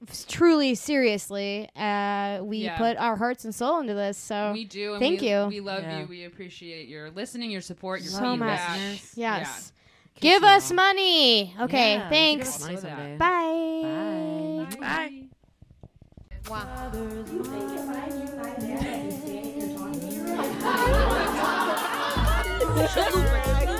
S- Truly, seriously, uh, we Yeah. put our hearts and soul into this. So We do. And Oh, Thank we, you. We love Yeah. you. We appreciate your listening, your support, your so much. feedback. Listeners. Yes. Keep Give them us all. money. Okay, Yeah, give us thanks. money Love that. someday. Bye. Bye. Bye. Wow. Sugar,